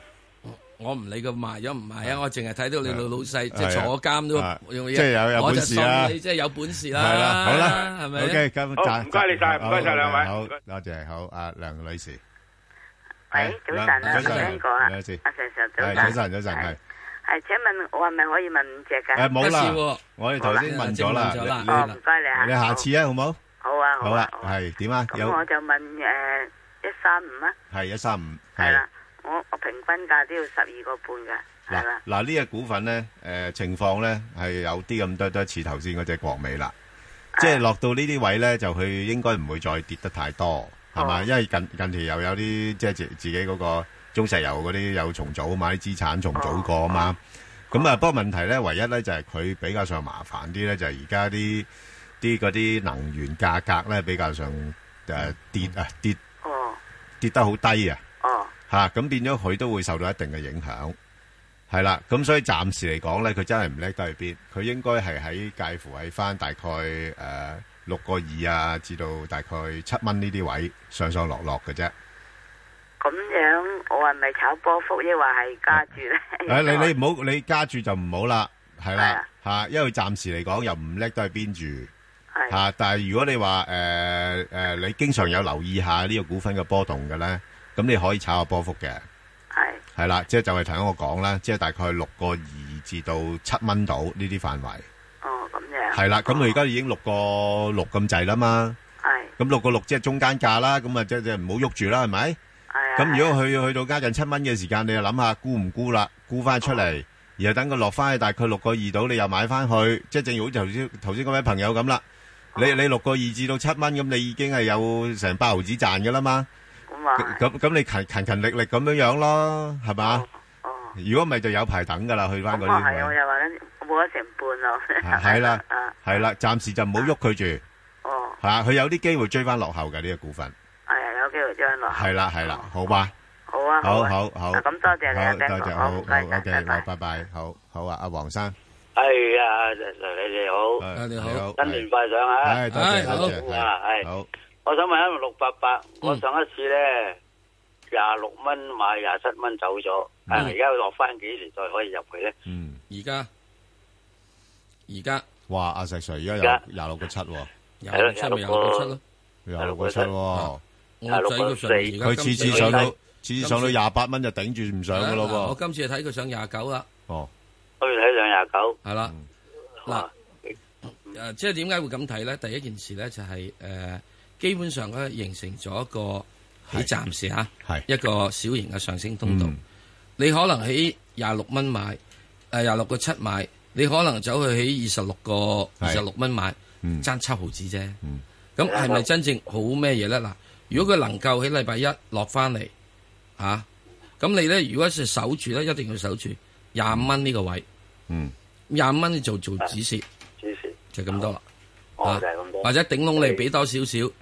S5: 我唔理佢賣咗唔賣啊，我淨係睇到你老老細即
S4: 係
S5: 係
S4: 啊
S5: 坐監
S4: 啊
S5: 都用嘢
S4: 即係有有
S5: 我就
S4: 本事啦
S5: 信你即係有本事啦，
S4: 係啦，好啦，
S5: 係咪
S4: OK，咁
S11: 好
S4: 暫
S11: 唔該你晒
S4: 好
S11: 唔該晒兩位
S4: 好
S11: 唔該，
S4: 多謝，好，阿梁女士，
S12: 喂，早晨啊，
S4: 早晨
S12: 邊個啊？
S4: 梁女
S12: 阿
S4: 士
S12: Sir Sir，早晨。
S4: 係早晨，早晨，係。
S12: 係，請問我係咪可以問五隻㗎？
S4: 誒冇
S5: 不是
S4: 啦
S5: 喎，
S4: 我哋頭先問咗啦，
S5: 冇啦
S12: 哦，唔該你啊。
S4: 你下次啊，好冇？
S12: 好啊，好
S4: 好
S12: 啊
S4: 啊。，係點啊？
S12: 咁
S4: 有
S12: 我就問誒一三五啊，
S4: 係一三五，
S12: 係
S4: 係
S12: 啦，我我平均價都要十二個半㗎，係
S4: 嗱
S12: 啦。
S4: 嗱呢只股份咧，誒情況咧係有啲咁多多似頭先嗰只國美啦，
S12: 啊
S4: 即係落到呢啲位咧，就佢應該唔會再跌得太多，
S12: 哦
S4: 係嘛？因為近近期又有啲即係自自己嗰個中石油嗰啲有重組啊嘛，啲資產重組過啊
S12: 哦
S4: 嘛。咁啊，不過問題咧，唯一咧就係佢比較上麻煩啲咧，就係而家啲啲嗰啲能源價格咧比較上
S12: 嗯
S4: 誒跌啊跌跌得好低啊。
S12: 哦，
S4: 吓咁、變咗佢都會受到一定嘅影響，係啦。咁所以暫時嚟講咧，佢真係唔叻得去邊，佢應該係喺介乎喺翻大概诶六個二啊，至到大概七蚊呢啲位上上落落嘅啫。
S12: 咁樣我係咪炒波幅，抑或係加住 咧？
S4: 诶，哎你你唔好你加注就唔好啦，啊係啦吓，因為暫時嚟講又唔叻得去邊住。吓、但係如果你話诶诶，你經常有留意下呢個股份嘅波動嘅咧，咁你可以炒下波幅嘅。系啦，即系就係頭先我講啦，即係大概六個二至到七蚊到呢啲範圍。
S12: 哦，咁樣。
S4: 係啦，咁佢而家已經六個六咁滯啦嘛。
S12: 係。
S4: 咁六個六即係中間價啦，咁啊即係唔好喐住啦，係咪？咁如果佢去到加近七蚊嘅時間，你就諗下沽唔沽啦，沽翻出嚟，然後等佢落翻去大概六個二度，你又買翻去，即係正如好似頭先頭先嗰位朋友咁啦。你你六個二至到七蚊，咁你已經係有成八毫子賺嘅啦嘛。
S12: 咁啊。
S4: 咁咁你勤勤勤力力咁樣樣咯，係嘛？如果唔係就有排等噶啦，去翻嗰
S12: 咁
S4: 啲
S12: 啊
S4: 位。
S12: 係，我又話緊冇咗成半咯。
S4: 係啦，係啦，暫時就唔好喐佢住，
S12: 哦，
S4: 係啊，佢有啲機會追翻落後嘅呢個股份，
S12: 係啊，有機會將來。
S4: 係啦，係啦，好吧，
S12: 好啊，
S4: 好
S12: 啊
S4: 好好，
S12: 啊咁多謝你啊
S4: 好多
S12: Ben
S4: 謝，
S12: 哥
S4: 好
S12: 好唔該
S4: 好
S12: 晒
S4: ，OK，好，拜拜，好好啊，阿黃生，
S13: 系啊，你哋好，
S4: 係你好
S13: 新年快上啊！
S4: 係多謝
S5: 哎
S4: 多謝
S13: 啊，系
S4: 好，
S13: 我想问一六八八，我上一次咧廿六蚊买廿七蚊走咗，啊，而家落翻几時再可以入去咧？
S4: 嗯，
S5: 而家而家
S4: 哇，阿石 Sir 而
S13: 而
S4: 家
S13: 家
S4: 有廿六個七喎，
S5: 廿六七咪廿六七咯，
S4: 廿六個七
S5: 啊
S4: 喎，
S5: 我仔佢上面而
S4: 佢
S5: 家
S4: 次次
S5: 今次
S4: 上到
S5: 今次
S4: 次次上到廿八蚊就頂住唔上噶
S5: 係啊嗱我
S4: 咯
S5: 今次睇佢上廿九啦。
S4: 喎，哦，
S13: 我要睇上廿九，
S5: 系啦，嗱，誒，即係點解會咁睇咧？第一件事咧就係、誒，基本上佢形成咗一個喺暫時嚇，一個小型嘅上升通道。
S13: 嗯
S5: 你可能喺廿六蚊買，誒廿六個七買，你可能走去喺二十六個二十六蚊買，
S13: 嗯
S5: 爭七毫子啫。咁係咪真正好咩嘢咧？嗱，如果佢能夠喺禮拜一落翻嚟嚇，啊咁、你咧如果係守住咧，一定要守住廿五蚊呢個位。
S4: 嗯，
S5: 廿五蚊你做做指示，
S13: 指示
S5: 就咁多啦。
S13: 哦就係咁多
S5: 啊或者頂籠你俾多少少，有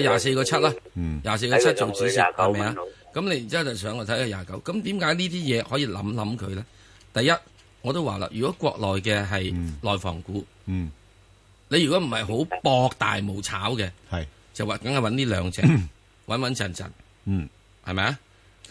S5: 廿四個七啦，
S4: 嗯
S5: 廿四個七做指示
S13: 睇佢
S5: 係
S13: 仲去
S5: 咪啊
S13: 廿九蚊度？
S5: 咁你然之後就上去睇下廿九。咁點解呢啲嘢可以諗諗佢咧？第一，我都話啦，如果國內嘅係內房股，
S4: 嗯，
S5: 你如果唔係好博大冇炒嘅，
S4: 係
S5: 就話梗係揾呢兩隻，穩穩陣陣，
S4: 嗯，
S5: 係咪啊？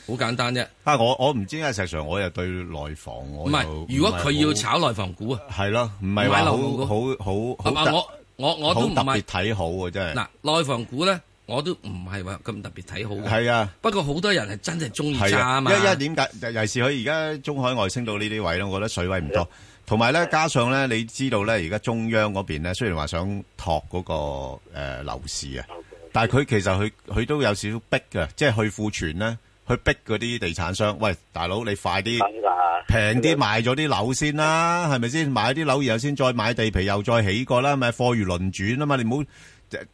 S5: 好簡單啫。
S4: 啊，我我唔知啊，石 Sir，我又對內房我
S5: 唔係
S4: 又
S5: 如果
S4: 唔係
S5: 佢要
S4: 好
S5: 炒內房股啊，
S4: 係咯，唔係話
S5: 買
S4: 好
S5: 樓嗰個
S4: 好好好
S5: 係嘛
S4: 特
S5: 我我我都
S4: 好
S5: 唔
S4: 特
S5: 係
S4: 別睇好啊，真係
S5: 嗱，內房股咧，我都唔係話咁特別睇好嘅。
S4: 係啊。
S5: 不過好多人係真係中意
S4: 係
S5: 揸
S4: 啊，
S5: 啊嘛。
S4: 因因為點解？尤其是佢而家中海外升到呢啲位咧，我覺得水位唔多。同埋咧，加上咧，你知道咧，而家中央嗰邊咧，雖然話想托嗰、個誒、呃、樓市啊，但係佢其實佢佢都有少少逼嘅，即係去庫存咧，去逼嗰啲地產商，喂，大佬你快啲
S13: 啊
S4: 平啲賣咗啲樓先啦，係咪先？買啲樓然後先再買地皮，又再起過啦，咪貨如輪轉啊嘛，你唔好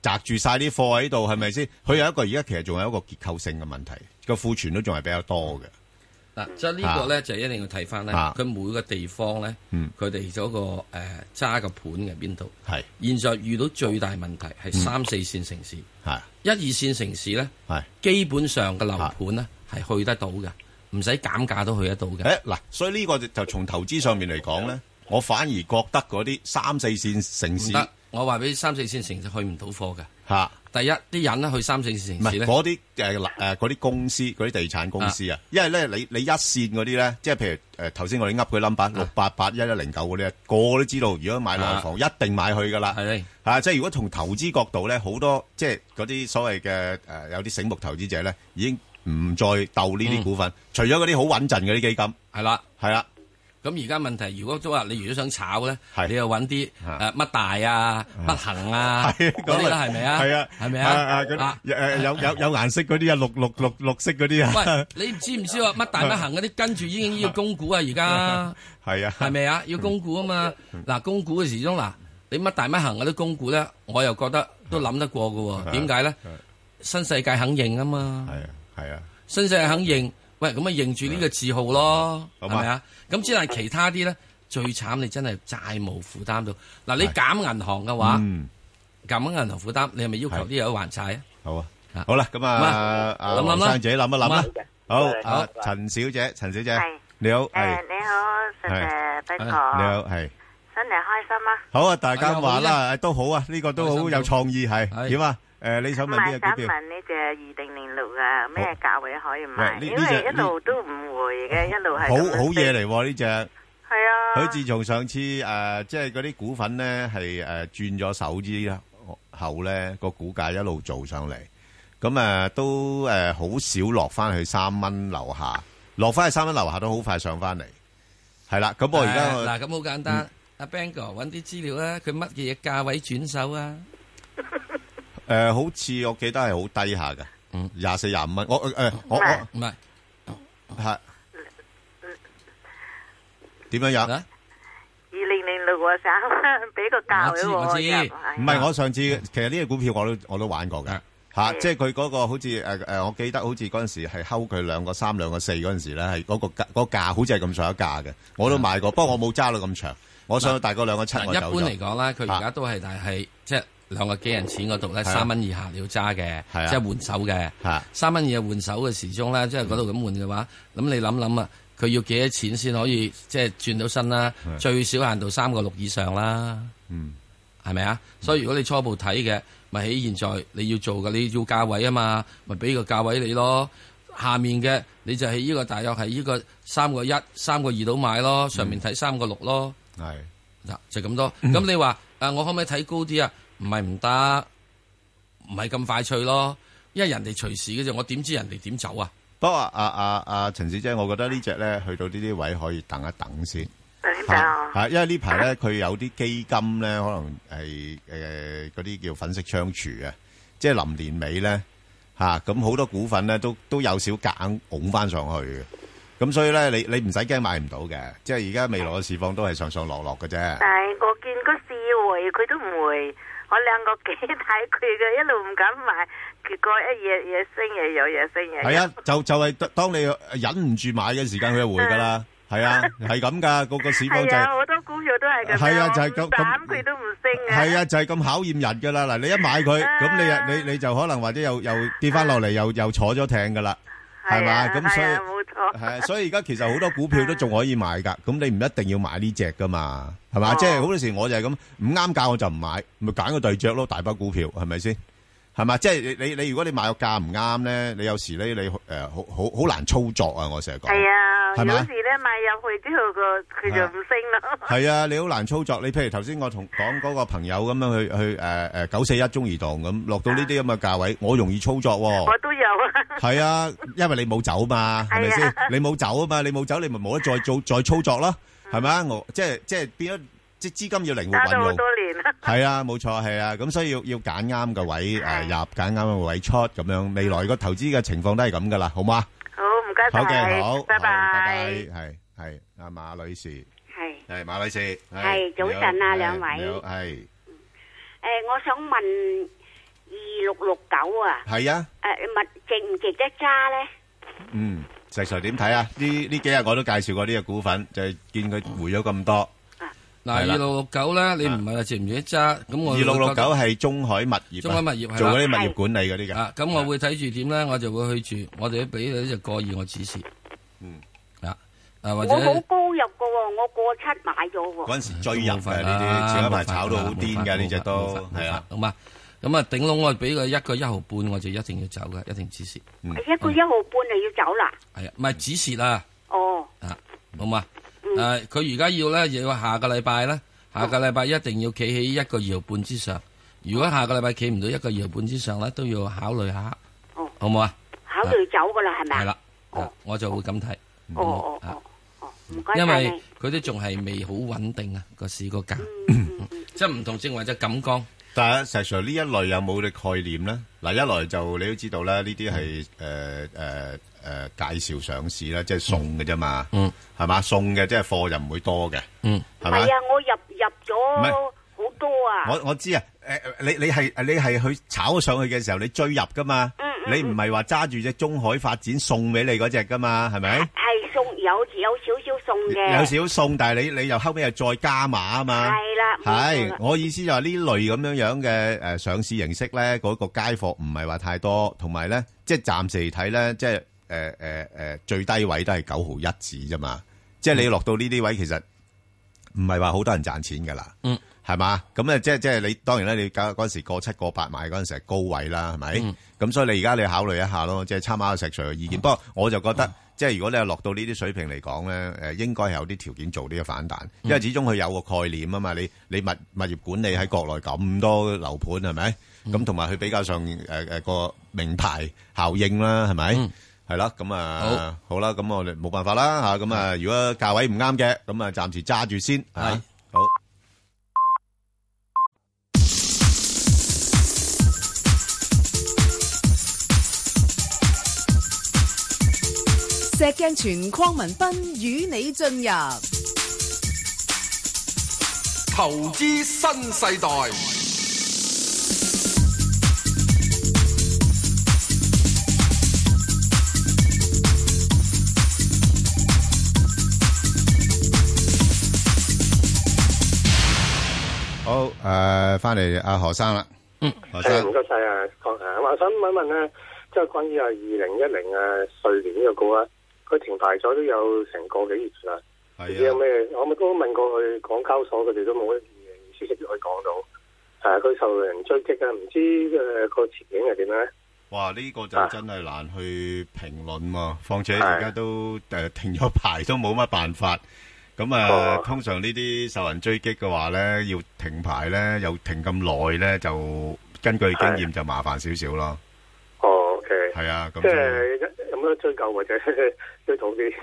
S4: 擲住晒啲貨喺度，係咪先？佢有一個而家其實仲有一個結構性嘅問題，個庫存都仲係比較多嘅。
S5: 嗱，即係呢個咧就一定要睇翻咧，
S4: 啊
S5: 佢每個地方咧，
S4: 嗯
S5: 佢哋嗰個誒揸個盤嘅邊度。
S4: 係
S5: 現在遇到最大問題係
S4: 嗯
S5: 三四線城市，
S4: 係
S5: 一二線城市咧
S4: 係，
S5: 基本上嘅樓
S4: 啊
S5: 盤咧係去得到嘅，唔使減價都去得到嘅。
S4: 誒嗱，所以呢個就從投資上面嚟講咧，我反而覺得嗰啲三四線城市
S5: 唔得，我話俾你三四線城市去唔到貨嘅。
S4: 嚇，
S5: 第一啲人咧去三四線
S4: 唔
S5: 城
S4: 係
S5: 市咧，
S4: 嗰啲誒誒嗰啲公司嗰啲地產公司啊，因為咧你你一線嗰啲咧，即係譬如誒頭先我哋噏佢 number 六八八一一零九嗰啲咧，個個都知道，如果買內房一定買佢噶啦，
S5: 係
S4: 啊，即係如果從投資角度咧，好多即係嗰啲所謂嘅誒有啲醒目投資者咧，已經唔再鬥呢啲股份，除咗嗰啲好穩陣嗰啲基金，
S5: 係啦，
S4: 係啦。
S5: 咁而家問題，如果都話你如果想炒咧，你又揾啲
S4: 啊
S5: 誒乜大啊、乜行啊
S4: 係
S5: 嗰啲啦，係咪啊？
S4: 係啊，
S5: 係咪
S4: 啊
S5: 啊
S4: 嗰？啲
S5: 啊
S4: 有有有有顏色嗰啲啊，綠綠綠綠色嗰啲啊
S5: 喂，，你知唔知啊？乜大乜行嗰啲跟住已經要供股啊？而 家
S4: 係啊，
S5: 係咪啊？要供股啊嘛！
S4: 嗯
S5: 嗱，供股嘅時鐘嗱，你乜大乜行嗰啲供股咧，我又覺得都諗得過嘅喎。點解咧？新世界肯認啊嘛。
S4: 嗯係啊，係啊。
S5: 新世界肯認，喂，咁咪認住呢個字號咯，
S4: 嗯好
S5: 係
S4: 嘛
S5: 咪啊？咁之但係其他啲咧，最慘你真係債務負擔到。嗱，你減銀行嘅話，
S4: 嗯
S5: 減銀行負擔，你係咪要求啲有還債啊？
S4: 好啊，好啦，咁啊，阿
S5: 諗諗啦
S4: 黃生自己諗一諗啦
S5: 諗啦。
S4: 好
S5: 好，
S4: 阿陳小姐，陳小姐
S10: 係，
S4: 你好，
S10: 誒
S4: 係，
S10: 你好，實
S4: 係
S10: 誒不過，
S4: 你好，係，
S10: 新年開心啊！
S4: 好啊，大家話
S10: 哎呀好
S4: 啦，都好啊，呢個都好有創意，係點啊？誒，你想
S10: 咁
S4: 問
S10: 啊
S4: 邊，個
S10: 想
S4: 股票？
S10: 問呢只二定零六啊，咩價位可以買？
S4: 喂呢
S10: 因
S4: 呢隻
S10: 為一路都唔回嘅，一路係
S4: 好
S10: 咁樣
S4: 好嘢嚟喎，呢只。
S10: 係啊，
S4: 佢自從上次誒、呃即係嗰啲股份咧係誒轉咗手之後咧，個股價一路做上嚟，咁誒、呃都誒好、少落翻去三蚊樓下，落翻去三蚊樓下都好快上翻嚟，係啦。咁我而家
S5: 啊誒嗱，咁好簡單
S4: 嗯。
S5: 阿 Bang 哥揾啲資料啊啦，佢乜嘢價位轉手啊？
S4: 誒、呃好似我記得係好低下嘅，廿四廿五蚊。我誒、呃我我
S5: 唔係
S4: 係點樣樣？
S5: 啊
S10: 二零零六啊， 想俾個價位我
S4: 我知
S10: 入
S4: 唔係我上次其實呢只股票我都我都玩過嘅
S5: 啊
S4: 嚇，即係佢嗰個好似誒誒，我記得好似嗰陣時係睺佢兩個三兩個四嗰陣時咧，係嗰個價嗰個價好似係咁上一價嘅，我都買過，不過我冇揸到咁長，我上到大概兩個七
S5: 啊嗱
S4: 我
S5: 一
S4: 走
S5: 般嚟
S4: 咗。啊
S5: 講啦，佢而家都係但係即係兩個幾人錢嗰度咧，
S4: 係啊
S5: 三蚊以下你要揸嘅，
S4: 係啊
S5: 即係換手嘅
S4: 啊。
S5: 三蚊以下換手嘅時鐘咧，即係嗰度咁換嘅話，咁你諗諗啊，佢要幾多錢先可以即係轉到身啦？
S4: 係
S5: 最少限度三個六以上啦，
S4: 嗯，
S5: 係咪啊？所以如果你初步睇嘅，咪喺現在你要做嘅，你要價位啊嘛，咪俾個價位你咯。下面嘅你就係呢個大約係呢個三個一、三個二度買咯，上面睇三個六咯。
S4: 係
S5: 嗱，就咁多。
S4: 嗯
S5: 咁你話啊，我可唔可以睇高啲啊？唔係唔得，唔係咁快脆咯。因為人哋隨時嘅啫，我點知人哋點走啊？
S4: 不過阿阿阿啊陳小姐，我覺得呢只咧去到呢啲位可以等一等先。
S10: 點解
S4: 嚇
S10: 啊？
S4: 嚇，因為呢排咧佢有啲基金咧，可能係誒嗰啲叫粉飾窗廚啊，即係臨年尾咧嚇，咁、好多股份咧都都有少夾硬拱翻上去嘅，咁所以咧你你唔使驚買唔到嘅，即係而家未來嘅市況都係上上落落嘅啫。
S10: 但係啊我見個市回佢都唔回，我兩個 幾睇佢嘅，一路唔敢買，結果一夜夜升又有夜升又有
S4: 係啊，就就係當你忍唔住買嘅時間，佢就回㗎啦。係啊，係咁㗎，個個市況就
S10: 係
S4: 係
S10: 啊，好多股票都係咁樣，
S4: 係啊就係咁
S10: 我唔斬佢都唔升啊。
S4: 係啊，就係咁考驗人噶啦。嗱，你一買
S10: À。
S4: 佢，咁你啊你你就可能或者又又跌翻落嚟，又又坐咗艇噶啦，係嘛？咁所以
S10: 係啊冇錯
S4: 係啊，所以而家其實好多股票都仲可以買噶。咁你唔一定要買呢只噶嘛，係嘛？即係好多時我就係咁唔啱價我就唔買，咪揀個對着咯，大把股票係咪先？係嘛？即係你你你如果你買個價唔啱咧，你有時咧你誒好好好難操作啊！我成日講
S10: 係啊，
S4: 係
S10: 有
S4: 嘛
S10: 時咧買入去之後個佢就唔升咯。
S4: 係啊，你好難操作。你譬如頭先我同講嗰個朋友咁樣去去誒誒九四一中移動咁落到呢啲咁嘅價位，我容易操作
S10: 我
S4: 喎。
S10: 都有啊。
S4: 係啊，因為你冇走嘛，係咪
S10: 係
S4: 先
S10: 啊？
S4: 你冇走啊嘛，你冇走，你咪冇得再做再操作咯，係咪啊？我即係即係變咗，即係資金要靈活
S10: 揸
S4: 運
S10: 咗好
S4: 用
S10: 多。年啦。
S4: 係啊，冇錯，係啊，咁所以要要揀啱嘅位誒入，揀啱嘅位出咁樣，未來個投資嘅情況都係咁噶啦，好嘛？
S10: 好，唔該晒。
S4: 好嘅，好，好
S10: 拜
S4: 拜
S10: 拜。
S4: 係係阿馬女士。
S14: 係
S4: 系马女士，
S14: 係早晨啊兩位
S4: 系
S14: 诶、我想問二六六九啊，
S4: 系啊，
S14: 诶、物值唔值得揸咧？
S4: 嗯，石 Sir 点睇啊？呢呢几日我都介绍过呢只股份，就系见佢回咗咁多。
S5: 嗱，
S4: 係
S5: 二
S4: 啦啊
S5: 六六九咧，你唔係話值唔值得揸？咁我
S4: 二
S5: 會
S4: 六六
S5: 覺
S4: 九
S5: 得
S4: 係中海物業啊，
S5: 中海物業係啦
S4: 做嗰啲物業管理嗰啲
S5: 啊
S4: 嘅，，
S5: 咁我會睇住點咧，我就會去住，我哋都俾你呢只過二我指示。
S4: 嗯，
S5: 啊，啊或
S14: 我
S5: 者
S14: 好高入噶喎，我過七買咗喎。
S4: 嗰陣時追入
S5: 冇法
S4: 嘅
S5: 啦
S4: 呢啲前一排
S5: 冇法
S4: 炒到
S5: 啦
S4: 好
S5: 冇
S4: 癲
S5: 法
S4: 㗎呢
S5: 冇
S4: 隻
S5: 法
S4: 都
S5: 冇法冇
S4: 係啊
S5: 法好嘛，咁啊頂籠我俾佢一個一毫半，我就一定要走嘅，一定止蝕。
S14: 一個一毫半就要走啦。
S5: 係啊，唔係止蝕啊，
S14: 哦，
S5: 啊，好嘛？誒，佢而家要咧，要下個禮拜咧，下個禮拜一定要企喺一個二毫半之上。如果下個禮拜企唔到一個二毫半之上咧，都要考慮下，好唔好啊？
S14: 考慮走噶啦，係咪
S5: 係
S14: 啊？
S5: 啦，啊我就會咁睇。
S14: 哦哦哦哦，唔該
S5: 因
S14: 晒
S5: 為
S14: 你。
S5: 佢都仲係未好穩定啊個市個價， 即係唔同正話隻錦江。
S4: 但係石 Sir 呢一類有冇啲概念咧？嗱，一來就你都知道啦，呢啲係誒誒誒介紹上市啦，即係送嘅啫嘛，
S5: 嗯，
S4: 係嘛，送嘅即係貨就唔會多嘅，
S5: 嗯，
S14: 唔
S4: 係咪
S14: 係？啊，我入入
S4: 唔
S14: 咗
S4: 係
S14: 好多啊。
S4: 我我知啊，誒誒你你係你係去炒上去嘅時候，你追入噶嘛，
S14: 嗯
S4: 你唔係話揸住只中海發展送俾你嗰只噶嘛，係咪？
S14: 係送有有少少送嘅。嗯
S4: 有少送，但係你你又後尾又再加碼啊嘛。
S14: 係啦冇錯
S4: 係
S14: 啦
S4: 我意思就係呢類咁樣樣嘅誒上市形式咧，嗰個街貨唔係話太多，同埋咧即係暫時嚟睇咧，即係誒誒誒最低位都係九毫一子啫嘛。即係你落到呢啲位，其實唔係話好多人賺錢㗎啦。
S5: 嗯。
S4: 係嘛？咁啊，即係即係你當然啦，你嗰嗰陣時過七過八買嗰陣時係高位啦，係咪？咁、所以你而家你考慮一下咯，即係參考下石 Sir 嘅意見。不過我就覺得，即係如果你係落到呢啲水平嚟講咧，誒應該係有啲條件做呢個反彈，因為始終佢有個概念啊嘛。你你物物業管理喺國內咁多樓盤係咪？咁同埋佢比較上誒誒個名牌效應啦，係咪？係啦，咁啊，好啦，咁我哋冇辦法啦嚇，咁啊，如果價位唔啱嘅，咁啊暫時揸住先嚇，好。
S2: 石鏡泉匡文斌與你進入
S3: 投資新世代，
S4: 好，诶、翻嚟阿何生啦，嗯，何
S15: 誒
S4: 生
S15: 唔該晒啊，郭生。我想問一問咧，即係關於啊二零一零啊瑞年呢個股啊，佢停牌咗都有成個幾月啦。
S4: 係
S5: 啊
S4: 啊
S15: 你有咩？我咪都問過去港交所，佢哋都冇乜消息可以講到。誒、佢受人追擊啊，唔知誒個、前景係點咧？
S4: 哇，呢、個就真係難去評論喎，況且而家都诶、誒停咗牌，都冇乜辦法。咁啊，
S15: 哦
S4: 通常呢啲受人追擊嘅話咧，要停牌咧，又停咁耐咧，就根據經驗就麻煩少少咯。
S15: 哦，OK，
S4: 係啊，咁
S15: 即
S4: 所以
S15: 係有冇得追究或者 追討啲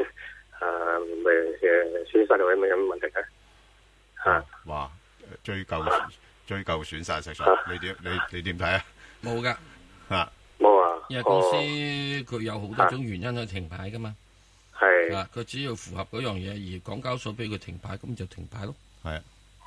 S15: 誒 咩嘅損失或者咩咁問題咧？
S4: 啊，哇，追究追究損失石 Sir，你
S15: 啊
S4: 點你你点睇啊？
S5: 冇噶，
S4: 啊，
S15: 冇啊
S5: 因為公司佢有好多種原因去停牌噶嘛。
S9: 哦
S15: 係
S5: 啊，佢只要符合嗰樣嘢，而港交所俾佢停牌，咁就停牌咯。
S4: 係啊。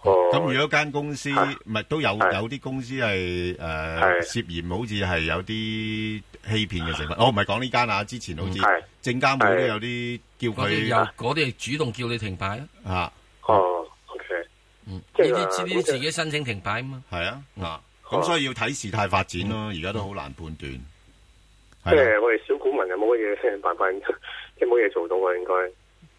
S15: 哦
S4: 咁如果間公司唔係都有有啲公司係誒涉嫌好似係有啲欺騙嘅成分，我唔係講呢間啊，之前好似
S5: 嗯
S4: 證監會都有啲叫
S5: 嗰啲
S4: 佢
S5: 又嗰啲係主動叫你停牌啊。
S4: 啊，
S15: 哦，OK，
S5: 嗯，呢
S4: 即係
S5: 啲
S4: 話
S5: 呢
S4: 好
S5: 啲
S4: 似
S5: 自己申請停牌啊嘛。
S4: 係啊，啊，咁所以要睇事態發展咯，而家都好難判斷。
S15: 即係我哋小股民有冇乜嘢 辦法，即係冇嘢做到啊，應該。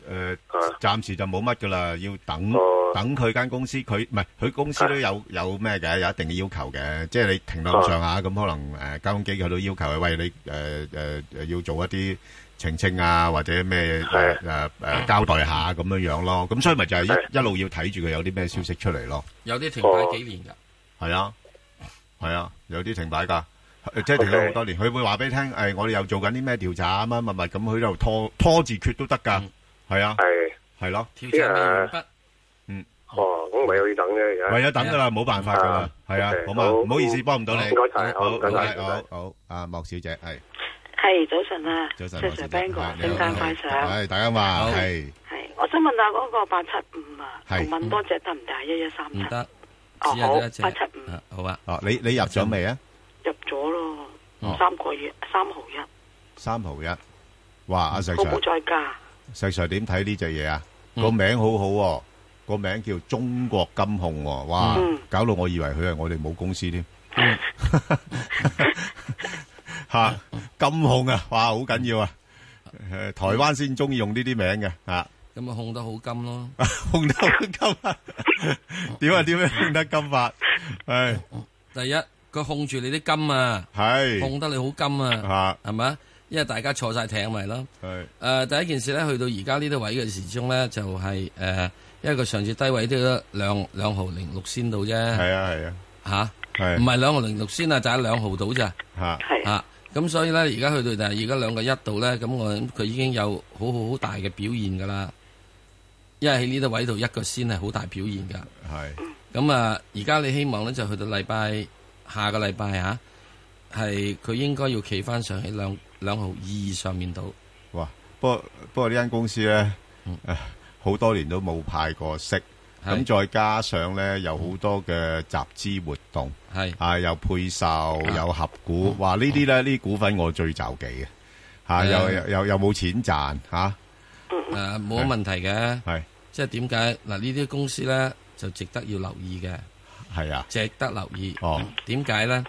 S4: 誒，暫呃時就冇乜噶啦，要等等佢間公司，佢唔係佢公司都有有咩嘅，有一定嘅要求嘅，即係你停到咁上下，咁可能誒交通機構都要求佢，喂你誒誒誒要做一啲澄清啊，或者咩誒誒誒交代下咁樣樣咯，咁所以咪就係一一路要睇住佢有啲咩消息出嚟咯，
S5: 有啲停牌幾年㗎。
S4: 係啊，係啊，有啲停擺㗎。呃即係停咗好多年，佢會話俾你聽，誒、我哋又做緊啲咩調查啊，乜乜乜，咁佢度拖拖字決都得㗎，係啊，
S15: 係
S4: 係咯，
S15: 即係
S4: 嗯，
S15: 哦，咁咪又要等咧，而家
S4: 唯有等㗎啦，冇辦法㗎啦，係啊，好嘛，唔好意思幫呃唔到你，
S15: 唔該晒，好，
S4: 好，
S15: 唔該晒，
S4: 好，好，阿莫小姐係，
S16: 系早晨啊，
S4: 早晨，
S16: 石
S4: 莫小
S16: Sir
S4: 姐
S16: Ben 哥，
S4: 係
S16: 圣诞快上。
S4: 係大家話係
S16: 我想問下嗰個八七五啊，
S4: 係
S16: 同問多隻得唔得？一一三七
S4: 唔得，
S16: 哦
S4: 只
S16: 好
S4: 有
S16: 八
S4: 一隻
S16: 七五
S5: 好啊，
S4: 哦，你你入咗未啊？
S16: 入咗咯
S4: 哦，
S16: 三個月三毫一，
S4: 三毫一，哇，阿石
S16: 我冇
S4: Sir，
S16: 再加。
S4: 石 Sir 點睇呢隻嘢啊？個名好好喎，個名叫中國金控喎，哇
S16: 嗯，
S4: 搞到我以為佢係我哋母公司添。 吓金控啊，哇，好緊要啊！誒台灣先中意用呢啲名嘅吓，
S5: 咁咪控得好金咯。
S4: 控得好金 啊！点啊？点样控得金法？系
S5: 第一，佢控住你啲金啊，
S4: 係
S5: 控得你好金啊，係咪啊？因為大家坐晒艇咪咯。
S4: 係
S5: 誒，第一件事咧，去到而家呢啲位嘅時鐘咧，就係誒，因為佢上次低位都得兩兩毫零六仙到啫。係
S4: 啊係啊。
S5: 吓，
S4: 係
S5: 唔係兩毫零六先啊，就係兩毫到咋。
S4: 吓
S5: 吓，啊咁所以咧，而家去到但係而家兩個一度咧，咁我諗佢已經有好好好大嘅表現噶啦。因為喺呢啲位度一個先係好大表現噶。
S4: 係。
S5: 咁啊，而家你希望咧就去到禮拜下個禮拜吓，係佢應該要企翻上喺兩兩毫二上面度。
S4: 哇！不過不過呢間公司咧，誒好多年都冇派過息，咁
S5: 係
S4: 再加上咧有好多嘅集資活動，
S5: 係
S4: 啊有配售
S5: 啊
S4: 有合
S5: 嗯
S4: 股，哇！呢啲咧呢啲股份我最就忌嘅，嚇
S5: 誒
S4: 又又又又冇錢賺嚇，
S5: 誒啊冇乜問題嘅，
S4: 係
S5: 即係點解嗱？呢啲公司咧就值得要留意嘅，
S4: 係啊，
S5: 值得留意。
S4: 哦，
S5: 點解咧？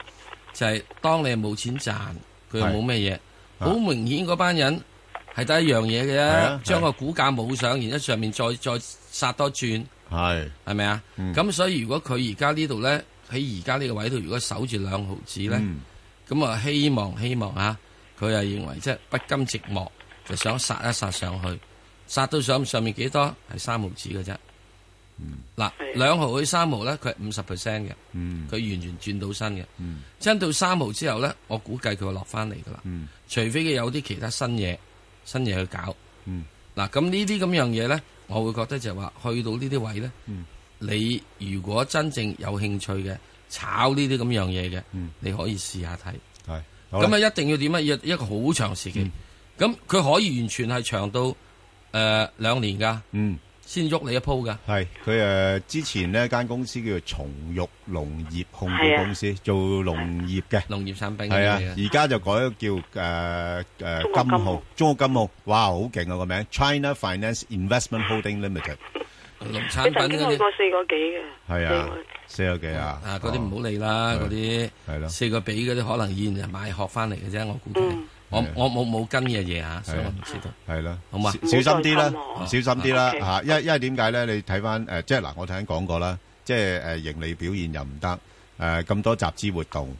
S5: 就係、當你冇錢賺，佢又
S4: 係
S5: 冇咩嘢，好明顯嗰班人係得一樣嘢嘅
S4: 啊
S5: 啫，將個股價冇上，然之後上面再再殺多轉，
S4: 係
S5: 係咪啊？
S4: 嗯
S5: 咁、所以如果佢而家呢度咧，喺而家呢個位度，如果守住兩毫子咧，
S4: 嗯
S5: 咁啊、希望希望啊，佢係認為即係不甘寂寞，就想殺一殺上去，殺到上上面幾多係三毫子嘅啫。嗱、兩毫去三毫咧，佢係五十 percent 嘅，佢、
S4: 嗯
S5: 完全轉到身嘅。
S4: 嗯
S5: 真到三毫之後咧，我估計佢會落翻嚟噶啦。除非佢有啲其他新嘢、新嘢去搞。
S4: 嗯
S5: 嗱，咁呢啲咁樣嘢咧，我會覺得就係話去到呢啲位咧，
S4: 嗯
S5: 你如果真正有興趣嘅炒呢啲咁樣嘢嘅，你可以試下睇。
S4: 係嗯好啦嗯
S5: 咁啊，一定要點啊？要一個好長時期。咁佢、可以完全係長到誒兩、年㗎，
S4: 嗯。
S5: 先喐你一鋪㗎。
S4: 係佢誒之前呢間公司叫做松玉農業控股
S5: 係啊
S4: 公司，做農業嘅
S5: 農業產品
S4: 係啊，
S5: 嗰啲
S4: 而家就改咗叫誒
S5: 中
S4: 誒
S5: 國
S4: 金
S5: 金
S4: 號
S5: 號，
S4: 中國金號，哇，好勁啊個名，China Finance Investment Holding Limited
S5: 農
S16: 佢曾經去過四個幾嘅，
S4: 係啊，四個幾啊，
S5: 啊，嗰啲唔好理啦，嗰啲四個比嗰啲可能現人買學翻嚟嘅啫，我估計。我我冇冇跟嘅嘢啊，所以我唔知道。
S4: 啊係啦，
S5: 好嘛
S4: 小小心啲啦，小心啲啦
S5: 啊
S4: 嚇，因為因為點解咧？你睇翻誒，即係嗱，我頭先講過啦，即係誒盈利表現又唔得，誒咁多集資活動，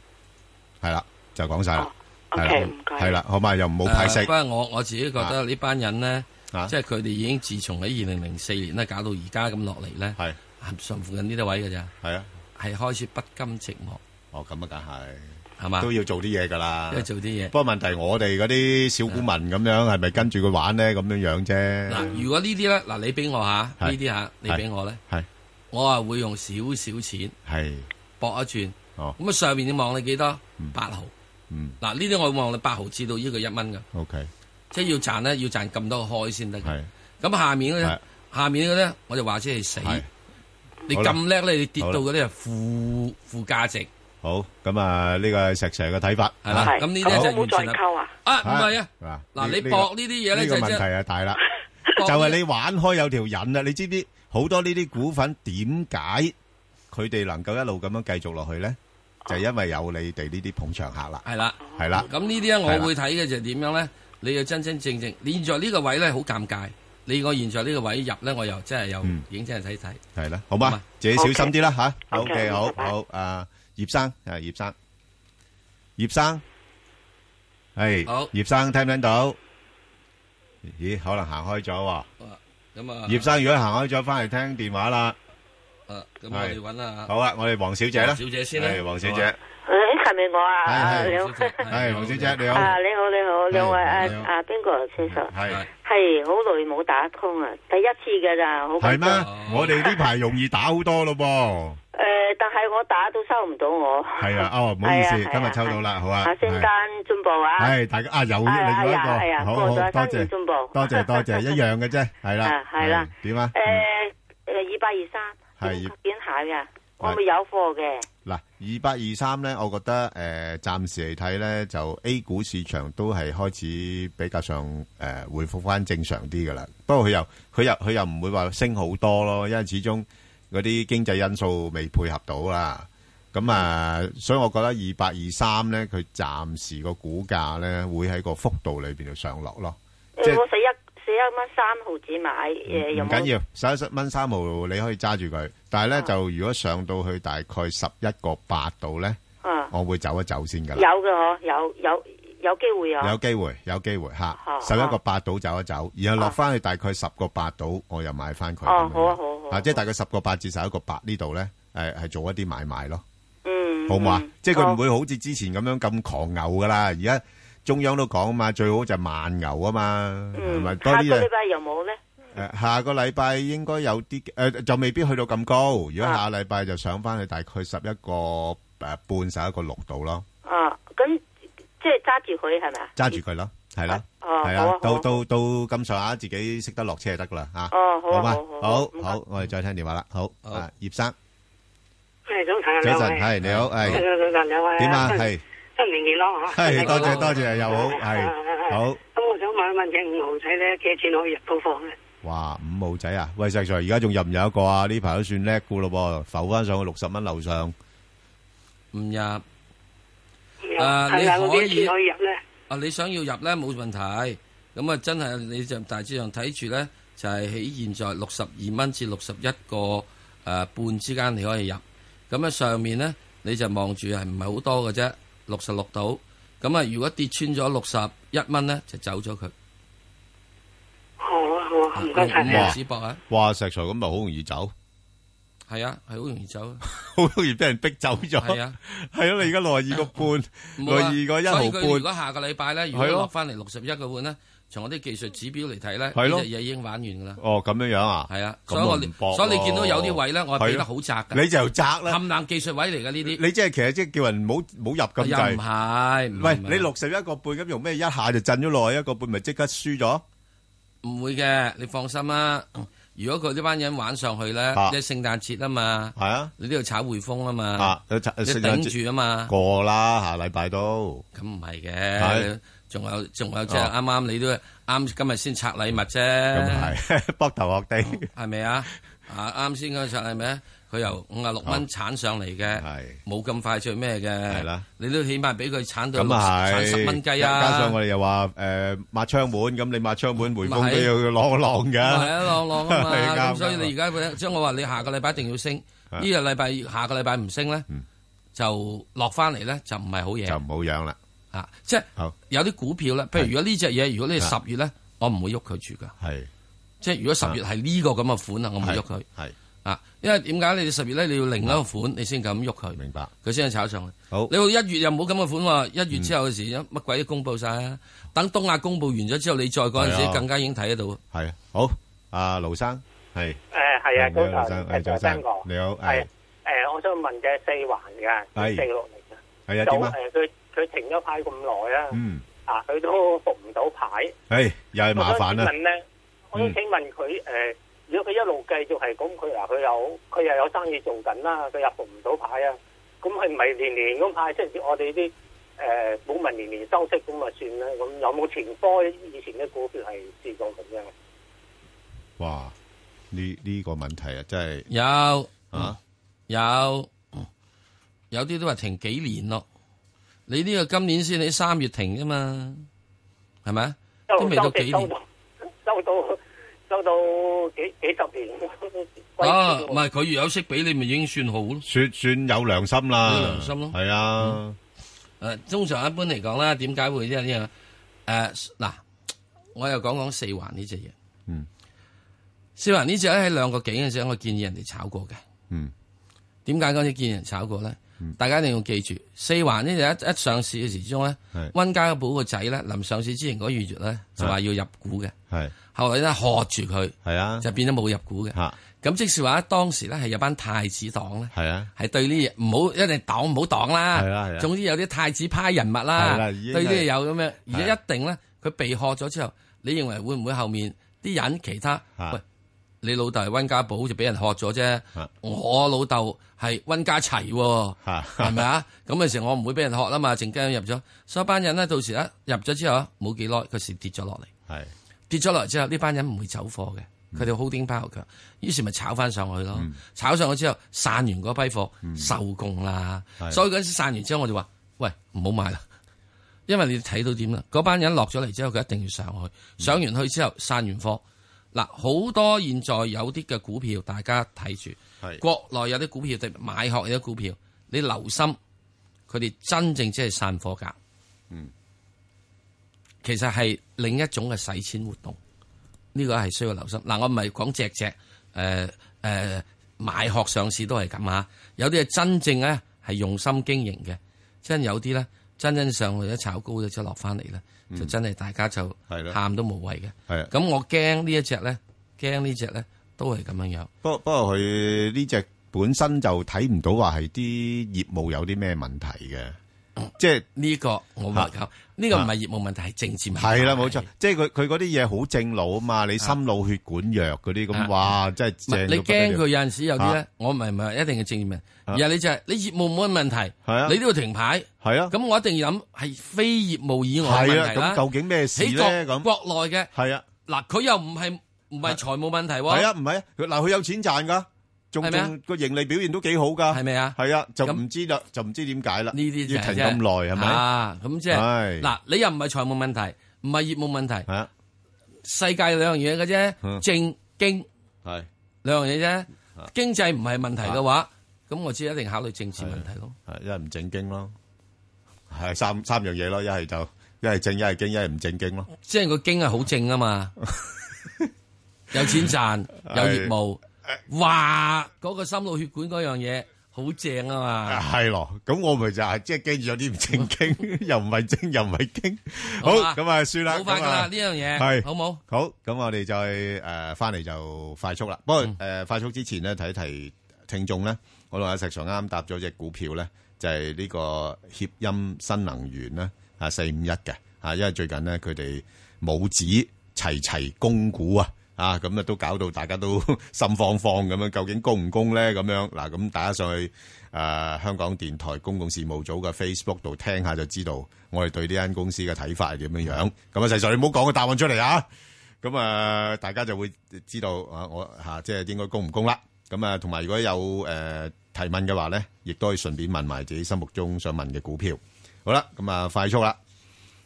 S4: 係啦，就講晒啦，係啦，係啦，好嘛，又唔好派息
S5: 啊誒不。過我我自己覺得呢班人咧，
S4: 啊
S5: 即係佢哋已經自從喺二零零四年咧搞到而家咁落嚟咧，
S4: 係
S5: 上附近呢啲位嘅咋。
S4: 係啊，
S5: 係開始不甘寂寞。
S4: 哦，咁啊，梗係
S5: 係嘛，
S4: 都啊要做啲嘢噶啦，
S5: 都要做啲嘢
S4: 不過問題我哋嗰啲小股民咁樣，係咪跟住佢玩咧？咁樣樣啫。
S5: 嗱，如果呢啲咧，嗱你俾我吓，呢
S4: 啊係
S5: 啲吓你俾我咧，
S4: 係
S5: 我啊會用少少錢
S4: 係
S5: 搏一轉。
S4: 哦
S5: 咁啊上面你望你幾多？八毫。
S4: 嗯。
S5: 嗱呢啲我會望你八毫至到呢個一蚊㗎。
S4: ，OK，
S5: 即係要賺咧，要賺咁多開先得嘅
S4: 係。
S5: 咁下面嗰
S4: 係
S5: 啲，下面嗰啲咧，我就話即係死。你
S4: 好啦
S5: 咁叻咧，你跌
S4: 好
S5: 到
S4: 啦
S5: 嗰啲係負負價值，
S4: 好咁啊，呢個係石 Sir 嘅睇法
S5: 係啦。
S4: 啊
S5: 咁呢啲就完全係
S16: 啊！
S5: 啊，唔係啊，
S4: 嗱，
S5: 嗱
S4: 呢
S5: 你
S4: 呢個
S5: 搏呢啲嘢咧
S4: 呢個
S5: 就即
S4: 問題
S5: 係
S4: 啊大啦，
S5: 搏
S4: 就
S5: 呢
S4: 係你玩開有條癮啦。你知唔知好多呢啲股份點解佢哋能夠一路咁樣繼續落去咧？就係因為有你哋呢啲捧場客啦。
S5: 係啦，
S4: 係啦。
S5: 咁呢啲咧，
S4: 係啦
S5: 我會睇嘅就係點樣咧？你要真真正正，你現在呢個位咧好尷尬。你我現在呢個位入咧，我又真係又
S4: 嗯
S5: 認真係睇睇。
S4: 係啦，好嘛，自己小心啲啦吓。OK，好 à, 好，啊，葉生，啊，葉生，葉生，係，
S5: 好
S4: 葉生聽唔聽到？咦，可能行開咗
S5: 咁啊，
S4: 喎。葉生如果行開咗，翻嚟聽電話啦。
S5: 啊，咁我哋
S4: 係
S5: 揾啊。
S4: 好啊，我哋黃小姐啦，
S5: 黃小姐先啦
S4: 係黃小
S5: 好
S4: 姐
S5: 啊，
S17: 誒，琴日我啊，
S4: 係係
S17: 兩
S4: 係黃小姐你好，
S17: 啊，你好你好，兩位啊
S4: 你好
S17: 啊，邊個先生？
S4: 係
S17: 係好耐冇打通啊，第一次噶咋，好緊張
S4: 係咩？我哋呢排容易打好多咯
S17: 誒，
S4: 噃。
S17: 但係我打都收唔到我。
S4: 係 啊，哦，唔好意思，
S17: 係啊
S4: 今日抽到啦，好啊。
S17: 下星間進步啊！
S4: 係大家啊，有另
S17: 係啊
S4: 外一
S17: 係啊係
S4: 個，
S17: 啊
S4: 好
S17: 過
S4: 好
S17: 咗
S4: 多
S17: 新
S4: 謝
S17: 年進步，
S4: 多謝多 謝，一樣嘅啫，係啦
S17: 啊，係啦
S4: 係點
S16: 呃
S4: 啊？
S17: 誒誒，二八二三
S4: 係
S17: 點下嘅，我咪有貨嘅。
S4: 嗱，二八二三咧，我覺得誒、呃、暫時嚟睇咧，就 A 股市場都係開始比較上誒、呃、回復翻正常啲噶啦。不過佢又佢又佢又唔會話升好多咯，因為始終嗰啲經濟因素未配合到啦。咁啊，所以我覺得二八二三咧，佢暫時個股價咧會喺個幅度裏邊度上落咯。
S17: 誒，我十一
S16: 呃
S17: 四
S16: 一蚊三毫子買，誒有
S4: 唔
S16: 冇啊
S4: 緊要，十一蚊三毫你可以揸住佢，但係咧就如果上到去大概十一個八度咧，
S16: 啊
S4: 我會走一走先㗎
S16: 有
S4: 哦
S16: 嘅
S4: 啦。
S16: 嗬，有有有機會啊，
S4: 有機會，有機會嚇，
S16: 啊
S4: 十一個八度走一走，然後落翻去大概十個八度，我又買翻佢。
S16: 哦，好啊好啊好
S4: 啊，
S16: 啊，
S4: 即係大概十個八至十一個八呢度咧，誒係做一啲買賣咯，
S16: 嗯，
S4: 好唔好啊
S16: 嗯？
S4: 即係佢唔
S16: 好
S4: 會好似之前咁樣咁狂牛噶啦。而家中央都講啊嘛，最好就慢牛啊嘛，係咪？多
S16: 嗯下個
S4: 啲啊
S16: 禮
S4: 嘢。
S16: 拜有冇咧？
S4: 誒，下個禮拜應該有啲誒，就未必去到咁高。如果
S16: 啊
S4: 下禮拜就上翻去大概十一個誒半十一個六度咯，
S16: 啊，咁即係揸住佢係咪啊？
S4: 揸住佢咯，係啦，
S16: 哦
S4: 係
S16: 好啊
S4: 啊，
S16: 好
S4: 到
S16: 啊
S4: 到到咁上下自己識得落車就得噶啦嚇。
S16: 哦好啊好
S4: 嘛
S16: 啊，好啊
S4: 好
S16: 唔該
S4: 好，我哋再聽電話啦。好，啊葉生。
S18: 系早晨，
S4: 早晨，係你好，係
S18: 早晨兩位
S4: 點啊？係
S18: 新年啊健康吓，
S4: 係，多謝多謝，又好，係好。
S18: 咁我想問一問只五號仔咧，幾錢可以入到貨咧？
S4: 哇，五毫仔啊！喂，石 Sir，而家仲入唔入一個啊？呢排都算叻噶咯噃，浮翻上去六十蚊樓上。
S5: 唔入。啊，
S18: 係
S5: 你
S18: 啦我
S5: 可
S18: 幾
S5: 以
S18: 錢可以入咧？
S5: 啊，你想要入咧冇問題。咁啊，真係你就大致上睇住咧，就係、喺現在六十二蚊至六十一個誒、呃半之間你可以入。咁啊上面咧你就望住係唔係好多嘅啫，六十六度。咁啊，如果跌穿咗六十一蚊咧，就走咗佢。
S18: 好啊好啊，唔該晒你
S5: 唔
S18: 啊。
S5: 止博啊，
S4: 哇，石 Sir 咁咪好容易走，
S5: 係啊，係好容易走啊。
S4: 好容易俾人逼走咗。
S5: 係啊，
S4: 係咯，你而家六廿二個半，
S5: 冇
S4: 六
S5: 啊
S4: 廿二個一
S5: 所以
S4: 毫
S5: 佢如果
S4: 半，
S5: 下個禮拜咧，如果
S4: 係咯
S5: 落翻嚟六十一個半咧，從我啲技術指標嚟睇咧，
S4: 係
S5: 呢
S4: 咯
S5: 隻嘢已經玩完噶啦。
S4: 哦，咁樣樣啊？
S5: 係啊，
S4: 咁
S5: 所以我
S4: 就唔搏
S5: 所以你
S4: 咯
S5: 見到有啲位咧，我係俾得好窄
S4: 係咯
S5: 㗎。
S4: 你就窄啦
S5: 冚冷技術位嚟嘅呢啲。
S4: 你即係其實即係叫人唔好唔好入咁
S5: 又
S4: 滯。
S5: 唔係唔係
S4: 喂，
S5: 唔係
S4: 你六十一個半咁用咩一下就震咗落去一個半，咪即刻輸咗？
S5: 唔會嘅，你放心啦。如果佢呢班人玩上去咧，
S4: 啊
S5: 即係聖誕節啊嘛，
S4: 係啊，
S5: 你都要炒匯豐啊嘛
S4: 啊，，有
S5: 你
S4: 聖誕節
S5: 頂住啊嘛，
S4: 過啦，下禮拜都。
S5: 咁唔係
S4: 係
S5: 嘅，仲有仲有即係
S4: 哦
S5: 啱啱你都啱今日先拆禮物啫，
S4: 咁係 膊頭落地。
S5: 係咪啊？啊啱先嗰個拆禮物呢，佢由五啊六蚊鏟上嚟嘅，冇咁快最咩嘅，係啦，你都起碼俾佢鏟到
S4: 咁啊
S5: 六
S4: 係，
S5: 十十蚊雞
S4: 加
S5: 啊，
S4: 加上我哋又話誒抹窗門，咁你抹窗門回風
S5: 咪係
S4: 都要浪一浪
S5: 係
S4: 嘅。
S5: 啊，浪浪啊
S4: 係啱啊
S5: 嘛，咁所以
S4: 啱
S5: 你而家即係我話你下個禮拜一定要升，
S4: 係
S5: 呢個禮拜下個禮拜唔升咧，
S4: 嗯
S5: 就落翻嚟咧就唔係好嘢，就
S4: 唔好樣啦。
S5: 啊，即係有啲股票咧，譬如如果呢只嘢，如果你係十月咧，我唔會喐佢住噶。
S4: 係，
S5: 即係如果十月係呢個咁嘅款啊，我唔會喐佢。
S4: 啊係
S5: 啊，因為點解你哋十月咧你要另一個款，你先咁喐佢。
S4: 嗯明白。
S5: 佢先炒上去。
S4: 好，
S5: 你話一月又冇咁嘅款喎，一月之後嘅時
S4: 嗯
S5: 乜鬼都公佈晒啊！等東亞公佈完咗之後，你再嗰陣
S4: 係啊
S5: 時更加已經睇得到。
S4: 係啊，好，阿盧生係。
S19: 诶，系啊，
S4: 你好
S19: 早晨，
S4: 盧生係
S19: 誒
S4: 早晨
S19: 聽過
S4: 你好
S19: 係
S4: 係
S19: 诶，誒我想問嘅四環嘅
S4: 係
S19: 四六零啊，
S4: 係啊
S19: 早
S4: 點啊
S19: 誒佢佢停咗牌咁耐啊，
S4: 嗯，
S19: 啊，佢都復唔到牌，
S4: 唉，又係麻煩
S5: 啊
S19: 我想
S4: 啦
S19: 請。問咧，
S5: 嗯
S19: 我想請問佢诶，誒如果佢一路繼續係咁，佢話佢有佢又有生意做緊啦，佢又復唔到牌啊，咁係咪年年咁派？即係我哋啲诶股民年年收息咁啊算啦，咁有冇前科？以前啲股票係試過咁樣？
S4: 哇！呢呢個問題啊，真係
S5: 有
S4: 啊，
S5: 有有啲都話停幾年咯。你呢個今年先喺三月停啫嘛，係咪？都未到幾年。
S19: 收到收到幾幾十年。
S5: 啊，唔係佢如有息俾你，咪已經算好咯。
S4: 算算有良心啦，
S5: 有良心咯
S4: 係啊，
S5: 誒，通常一般嚟講啦，點解會呢樣？誒嗱，我又講講四環呢只嘢。
S4: 嗯。
S5: 四環呢只咧喺兩個幾嘅時候，我建議人哋炒過嘅。
S4: 嗯。
S5: 點解嗰陣建議人炒過咧？大家一定要記住，四環呢就一一上市嘅時鐘咧，温家寶個仔咧，臨上市之前嗰月咧就話要入股嘅，
S4: 係
S5: 後來咧喝住佢，
S4: 係啊，
S5: 就變咗冇入股嘅。咁即是話當時咧係有班太子黨咧，
S4: 係啊，
S5: 係對呢嘢唔好一定黨唔好黨啦，
S4: 係啊係啊
S5: 總之有啲太子派人物
S4: 係啦
S5: 啦，
S4: 已經
S5: 對呢
S4: 係
S5: 嘢有咁樣，而家一定咧佢被喝咗之後，你認為會唔會後面啲人其他喂？你老豆係温家寶就俾人喝咗啫，我老豆係温家齊喎，係咪啊？咁嘅時候我唔會俾人喝啦嘛，陣間入咗，所以班人咧到時一入咗之後冇幾耐，佢時跌咗落嚟，
S4: 係
S5: 跌咗落嚟之後，呢班人唔會走貨嘅，佢哋 holding power 強，於是咪炒翻上去咯。炒上去之後散完嗰批貨收工啦，
S20: 係
S5: 所以嗰陣時散完之後我就話：喂，唔好買啦，因為你睇到點啦，啊嗰班人落咗嚟之後，佢一定要上去，上完去之後散完貨。嗱，好多現在有啲嘅股票，大家睇住，國內有啲股票，特別買殼有啲股票，你留心，佢哋真正即係散貨價。
S4: 嗯，
S5: 其實係另一種嘅洗錢活動，呢、個係需要留心。嗱，我唔係講隻隻，誒、誒、買殼上市都係咁啊，有啲係真正咧係用心經營嘅，真有啲咧真真上去一炒高咗之後落翻嚟咧，就真係大家就喊都冇謂嘅。
S4: 係啊
S5: 咁我驚呢一隻咧，驚呢只咧都係咁樣樣。
S4: 不不過佢呢只本身就睇唔到話係啲業務有啲咩問題嘅，即係
S5: 呢個我話搞，呢個唔係業務問題，係政治問題。
S4: 係啦，冇錯，即係佢佢嗰啲嘢好正路啊嘛，你心腦血管藥嗰啲咁，哇，真係
S5: 唔係
S4: 正到
S5: 你
S4: 不得了
S5: 驚佢有陣時有啲咧
S4: 啊，
S5: 我唔係唔係一定係正面，而係你就係你業務冇乜問題，
S4: 啊
S5: 你都要停牌，
S4: 係啊，
S5: 咁我一定要諗係非業務以外嘅
S4: 係
S5: 問
S4: 啊
S5: 題啦。
S4: 咁究竟咩事咧
S5: 喺國
S4: 咁
S5: 國內嘅
S4: 係啊，
S5: 嗱佢又唔係唔係財務問題喎，
S4: 係啊，唔係啊，佢嗱佢有錢賺噶，仲
S5: 係咪啊
S4: 仲個盈利表現都幾好噶，
S5: 係咪啊？
S4: 係啊，就唔知啦，就唔知點解啦，呢
S5: 啲
S4: 要停咁耐係咪？
S5: 啊，咁即係
S4: 係
S5: 嗱，你又唔係財務問題，唔係業務問題，世界兩樣嘢嘅啫，
S4: 嗯
S5: 正經
S4: 係
S5: 兩樣嘢啫。經濟唔係問題嘅話，咁我只一定考慮政治問題咯。
S4: 係一係唔正經咯，係三三樣嘢咯，一係就一係正，一係經，一係唔正經咯。
S5: 即係個經係好正 啊嘛，有錢賺，有業務，哇！嗰個心腦血管嗰樣嘢好正啊嘛。
S4: 係咯，咁我咪就係即係驚住有啲唔正 經，又唔係正又唔係經。好，
S5: 好啊
S4: 咁啊算啦，
S5: 冇法㗎啦
S4: 咁啊
S5: 呢樣嘢
S4: 係
S5: 好冇？
S4: 好，咁我哋再诶翻嚟就快速啦。不過诶快速之前咧，提一提聽眾咧，我同阿石 Sir 啱啱搭咗只股票咧，就係呢個協鑫新能源咧，啊四五一嘅啊，因為最近咧佢哋母子齊齊供股啊。啊，咁啊都搞到大家都 心慌慌咁樣，究竟供唔供咧？咁樣嗱，咁大家上去誒、呃香港電台公共事務組嘅 Facebook 度聽下就知道，我哋對呢間公司嘅睇法係點樣樣。咁啊，石 Sir 你唔好講個答案出嚟啊！咁啊、大家就會知道啊，我嚇、即係應該供唔供啦。咁啊，同埋如果有誒、呃提問嘅話咧，亦都可以順便問埋自己心目中想問嘅股票。好啦，咁啊，快速啦。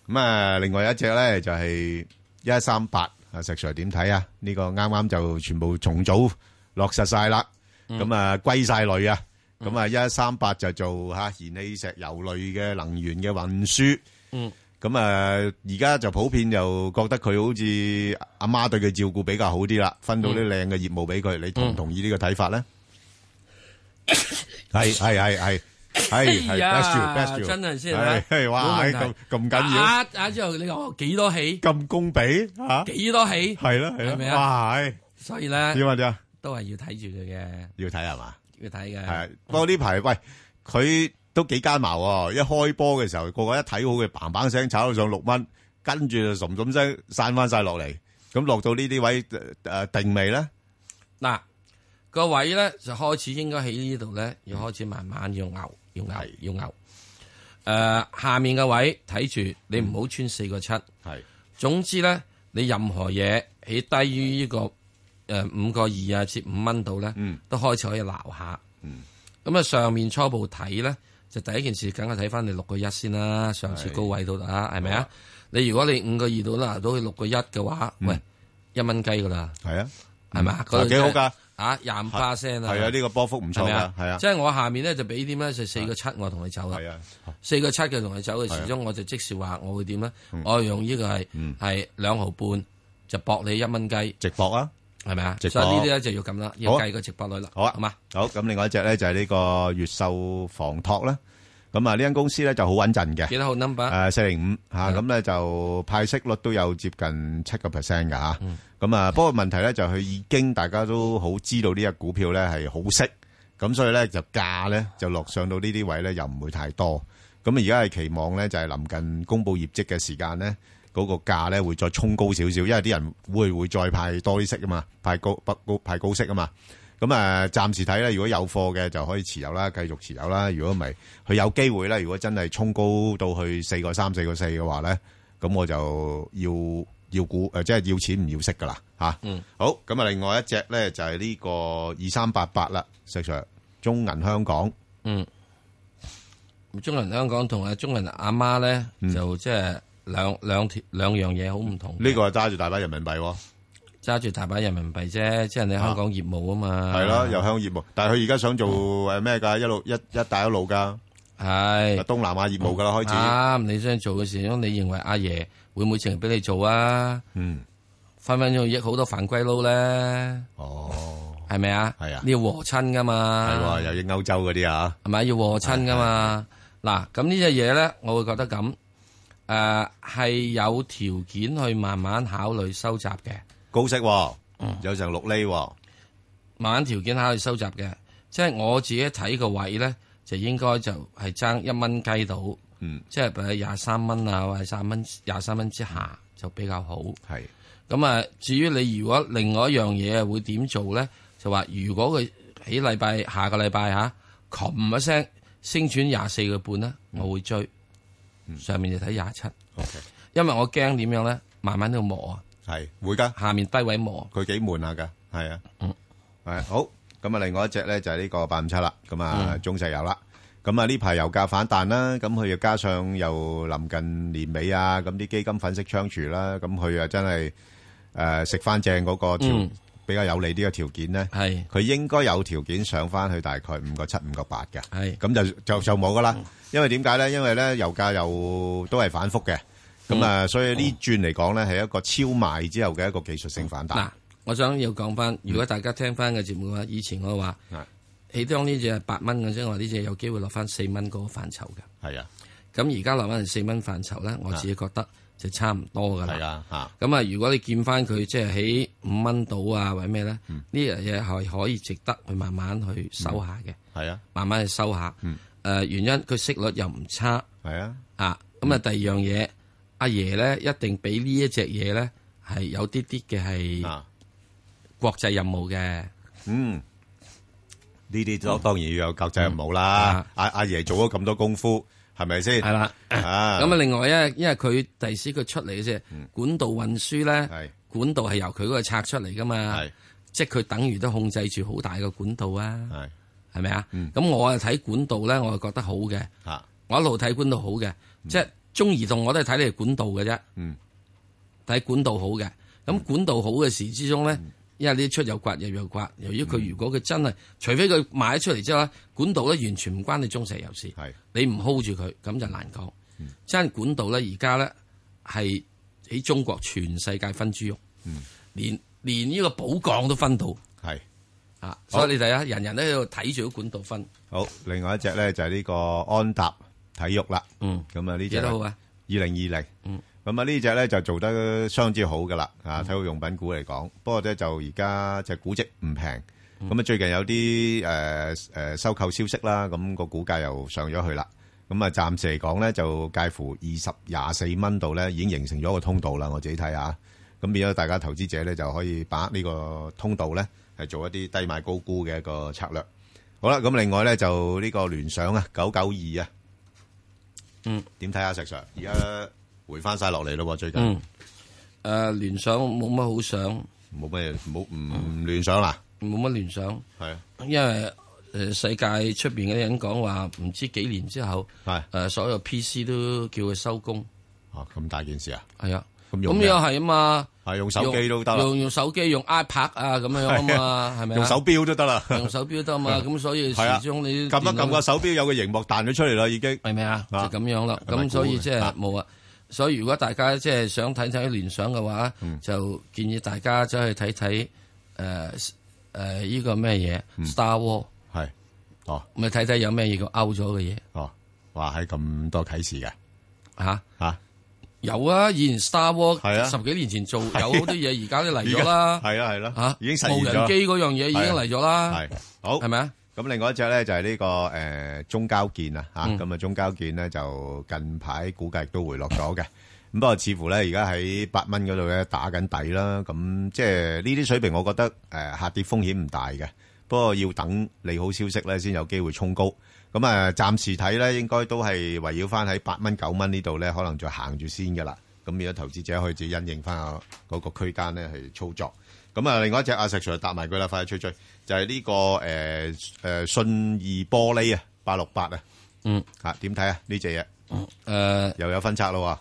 S4: 咁啊，另外一隻咧就係一三八啊，石 Sir 點睇啊？呢、個啱啱就全部重組落實晒啦，
S20: 嗯
S4: 咁啊歸晒類啊，咁啊一三八就做嚇燃氣石油類嘅能源嘅運輸。
S5: 嗯，
S4: 咁啊，而家就普遍就覺得佢好似阿媽對佢照顧比較好啲啦，分到啲靚嘅業務俾佢，你同唔同意呢個睇 法咧？係係係係係
S5: 哎
S4: 係
S5: 呀
S4: ，best you，best you，
S5: 真係先
S4: 係係哇，
S5: 冇問題
S4: 咁咁緊要。
S5: 打打之後你話幾多起？
S4: 咁公比吓，
S5: 幾多起？
S4: 係啦係啦
S5: 係咪啊？
S4: 哇係
S5: 所以咧，
S4: 點啊點啊，
S5: 都係要睇住佢嘅，
S4: 要睇係嘛？
S5: 要睇嘅。
S4: 系，不過呢排喂佢都幾奸茅喎！一開波嘅時候，個個一睇好佢，砰砰聲炒到上六蚊，跟住就冧冧聲散翻晒落嚟，咁落到呢啲位诶、呃定未咧？
S5: 嗱，個位咧就開始應該喺呢度咧，要開始慢慢要牛，要牛，要牛。诶、下面嘅位睇住，你唔好穿四個七。
S4: 系，
S5: 總之咧，你任何嘢喺低於呢、個诶五個二啊，至五蚊度咧，都開始可以鬧下。
S4: 嗯，
S5: 咁啊，上面初步睇咧，就第一件事梗係睇翻你六個一先啦，上次
S20: 係
S5: 高位度啦，係咪啊？你如果你五個二度啦，到去六個一嘅話，喂，一蚊雞噶啦。
S4: 係啊，
S5: 係嘛？嗰
S4: 啊
S5: 度
S4: 嗯幾好㗎，
S5: 啊廿五巴仙啊，
S4: 係啊呢個波幅唔錯㗎
S5: 係咪
S4: 係啊
S5: 即係我下面咧就俾點咧就四個七，我同你走啦。
S4: 係啊，
S5: 四個七嘅同你走嘅
S4: 係啊嗯
S5: 時鐘，我就即時話我會點咧？啊我用呢個係係兩毫半就搏你一蚊雞
S4: 直搏啊，
S5: 係咪啊？
S4: 直
S5: 所以
S4: 搏
S5: 呢啲咧就要咁啦，要
S4: 好啊
S5: 計個直播率啦。
S4: 好啊，好嘛，好咁，另外一隻咧就係呢個越秀房託啦。咁啊，呢間公司咧就好穩陣嘅，
S5: 幾多號 number？
S4: 誒啊四零五嗯嚇，咁咧就派息率都有接近七個 percent 嘅嚇。咁啊，不過問題咧就佢已經大家都好知道呢只股票咧係好息，咁所以咧就價咧就落上到呢啲位咧又唔會太多。咁啊而家係期望咧就係臨近公佈業績嘅時間咧。嗰個價咧會再衝高少少，因為啲人會會再派多啲息啊嘛，派高不高派高息啊嘛。咁啊，暫時睇咧，如果有貨嘅就可以持有啦，繼續持有啦。如果唔係，佢有機會咧，如果真係衝高到去四個三、四個四嘅話咧，咁我就要要股誒、呃即係要錢唔要息噶啦嚇。
S5: 嗯，
S4: 好咁啊，另外一隻咧就係、呢個二三八八啦，石 Sir，中銀香港。
S5: 嗯，中國人香港同啊中國人阿媽咧，就即係兩兩條兩樣嘢好唔同。
S4: 嗯呢個係揸住大把人民幣喎，
S5: 揸住大把人民幣啫，即係你香港業務啊嘛。
S4: 係咯，又向業務，但係佢而家想做誒咩㗎？一路一一帶一路㗎，
S5: 係
S4: 東南亞業務㗎啦，開始
S5: 啱，你想做嘅時候，你認為阿爺會唔會淨係俾你做啊？
S4: 嗯，
S5: 分分鐘益好多犯規佬咧。
S4: 哦，
S5: 係咪啊？
S4: 係啊
S5: 你要和親噶嘛？
S4: 係喎，又要歐洲嗰啲啊，
S5: 係咪要和親噶嘛？嗱，咁呢只嘢咧，我會覺得咁，誒、係有條件去慢慢考慮收集嘅，
S4: 高息喎，有成六厘喎，
S5: 慢慢條件考慮收集嘅，即係我自己睇個位咧，就應該就係爭一蚊雞到，
S4: 嗯，
S5: 即係譬如廿三蚊啊，或者三蚊廿三蚊之下就比較好，
S4: 係。
S5: 咁啊，至於你如果另外一樣嘢會點做咧，就話如果佢喺禮拜下個禮拜嚇，冚一聲升轉廿四個半咧，我會追。上面就睇廿七。因為我驚點樣咧，慢慢都磨啊。
S4: 係會噶，
S5: 下面低位磨。
S4: 佢幾悶下噶，係啊，係好。咁啊，另外一隻咧就係呢個八五七啦，咁啊
S5: 嗯
S4: 中石油啦。咁啊呢排油價反彈啦，咁佢又加上又臨近年尾啊，咁啲基金粉飾倉儲啦，咁佢啊真係誒食翻正嗰個條
S5: 嗯
S4: 比較有利啲嘅條件咧，
S5: 係
S4: 佢應該有條件上翻去大概五個七、五個八嘅，
S5: 係
S4: 咁就就就冇噶啦。因為點解咧？因為咧油價又都係反覆嘅，咁啊，所以呢轉嚟講咧係一個超賣之後嘅一個技術性反彈。
S5: 嗱，我想要講翻，如果大家聽翻嘅節目嘅話，以前我話起當呢只係八蚊嘅啫，我話呢只有機會落翻四蚊嗰個範疇嘅。
S4: 係啊，
S5: 咁而家落翻四蚊範疇咧，我自己覺得就差唔多㗎啦。
S4: 係啊，
S5: 咁啊，如果你見翻佢即係喺五蚊到啊，或者咩咧，呢樣嘢係可以值得去慢慢去收下嘅，
S4: 係啊，
S5: 慢慢去收下。誒原因佢息率又唔差，
S4: 係啊，
S5: 啊咁啊第二樣嘢，阿爺咧一定俾呢一隻嘢咧係有啲啲嘅係國際任務嘅，
S4: 嗯。呢啲
S5: 嗯
S4: 當當然要有國際任務啦。阿阿爺做咗咁多功夫，係咪先？
S5: 啊係啦。
S4: 啊，
S5: 咁啊，另外咧，因為佢第時佢出嚟嘅啫，管道運輸咧，管嗯道係由佢嗰個拆出嚟噶嘛，即係佢等於都控制住好大個管道啊，係咪啊？咁我啊睇管道咧，我係覺得好嘅，我一路睇管道好嘅，即係中移動我都係睇你管道嘅啫，睇管道好嘅。咁管道好嘅時之中咧，因為呢啲出又刮入又刮，由於佢如果佢真係，除非佢賣咗出嚟之後咧，管道咧完全唔關你中石油事，你唔 hold 住佢，咁就難講。真係管道咧，而家咧係喺中國全世界分豬肉，連連呢個寶鋼都分到，
S4: 係
S5: 啊，
S4: 好
S5: 所以你睇下，人人都喺度睇住個管道分，
S4: 好，另外一隻咧就係呢個安踏體育啦。
S5: 嗯，
S4: 咁啊呢隻
S5: 幾多號啊？
S4: 二零二零。嗯，咁啊呢隻咧就做得相之好噶啦。
S5: 嗯
S4: 啊，體育用品股嚟講，不過咧就而家隻估值唔平。
S5: 嗯
S4: 咁啊最近有啲誒誒收購消息啦，咁個股價又上咗去啦。咁啊暫時嚟講咧就介乎二十廿四蚊度咧已經形成咗個通道啦。我自己睇下。咁變咗大家投資者咧就可以把握呢個通道咧，係做一啲低買高沽嘅一個策略。好啦，咁另外咧就呢個聯想啊，九九二啊，
S5: 嗯，
S4: 點睇啊，石 Sir？而家回翻晒落嚟咯喎，最近
S5: 嗯，誒呃聯想冇乜好想，
S4: 冇乜冇唔聯想啦，
S5: 冇乜聯想，
S4: 係啊，
S5: 因為誒世界出邊嘅人講話，唔知幾年之後，
S4: 係
S5: 誒所有 PC 都叫佢收工，
S4: 啊咁大件事啊，
S5: 係啊，
S4: 咁用
S5: 咁
S4: 咩
S5: 又
S4: 啊
S5: 係啊嘛，
S4: 係用手機都得啦
S5: 用用手機用 iPad 啊咁樣啊嘛，係咪啊
S4: 用手錶都得啦，
S5: 用手錶得啊嘛，咁所以 始
S4: 係啊
S5: 終你
S4: 撳一撳個手錶有個熒幕彈咗出嚟啦，已經
S5: 係咪啊？就咁樣啦，
S4: 係咪
S5: 咁所以
S4: 估嘅
S5: 即係冇啊。所以如果大家即係想睇睇聯想嘅話，
S4: 嗯
S5: 就建議大家走去睇睇誒誒呢個咩
S4: 嗯
S5: 嘢 Star War
S4: 係哦，
S5: 咪睇睇有咩嘢叫 out 咗嘅嘢
S4: 哦，哇係咁多啟示嘅
S5: 嚇
S4: 嚇
S5: 有啊，以前 Star War
S4: 係啊
S5: 十幾年前做有
S4: 係啊
S5: 好多嘢，而家都嚟咗啦，
S4: 而家係啊係啦
S5: 嚇
S4: 已經實現
S5: 無
S4: 咗
S5: 人機嗰樣嘢已經嚟咗啦，
S4: 係好
S5: 係咪啊？
S4: 咁另外一隻咧就係呢個誒中交建啊嚇，咁啊中交建咧就近排估計亦都回落咗嘅。咁不過似乎咧而家喺八蚊嗰度咧打緊底啦。咁即係呢啲水平，我覺得誒下跌風險唔大嘅。不過要等利好消息咧先有機會衝高。咁啊，暫時睇咧應該都係圍繞翻喺八蚊九蚊呢度咧，可能再行住先㗎啦。咁變咗投資者可以自己因應翻嗰個區間咧去操作。咁啊，另外一隻阿石 Sir 搭埋佢啦，快啲吹吹，就係呢、個誒誒、信義玻璃啊，八六八啊，
S5: 嗯，
S4: 吓点睇啊？呢只嘢，
S5: 诶，
S4: 又有分拆咯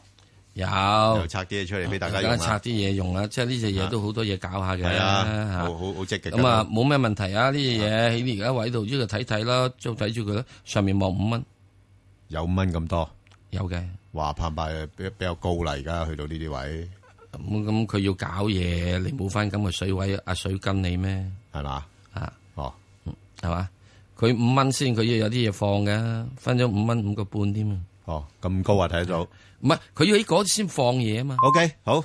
S5: 喎，
S4: 又拆啲嘢出嚟俾大家用
S5: 而
S4: 啊
S5: 家拆啲嘢用啦，即係呢只嘢都好多嘢搞下嘅，
S4: 係啊
S5: 嚇
S4: 好好好積極啊
S5: 咁啊，冇咩問題啊，呢只嘢喺而家位度，呢度睇睇啦，就睇住佢啦。上面望五蚊，
S4: 有五蚊咁多，
S5: 有嘅。
S4: 哇，澎湃誒比比較高啦，而家去到呢啲位，
S5: 咁咁佢要搞嘢，你冇翻咁嘅水位，阿水跟你咩？
S4: 係嘛？
S5: 啊，
S4: 哦，
S5: 係嘛？佢五蚊先，佢要有啲嘢放嘅，分咗五蚊五個半添啊。
S4: 哦，咁高啊，睇得到。
S5: 唔係，佢要喺嗰啲先放嘢啊嘛。
S4: OK，好。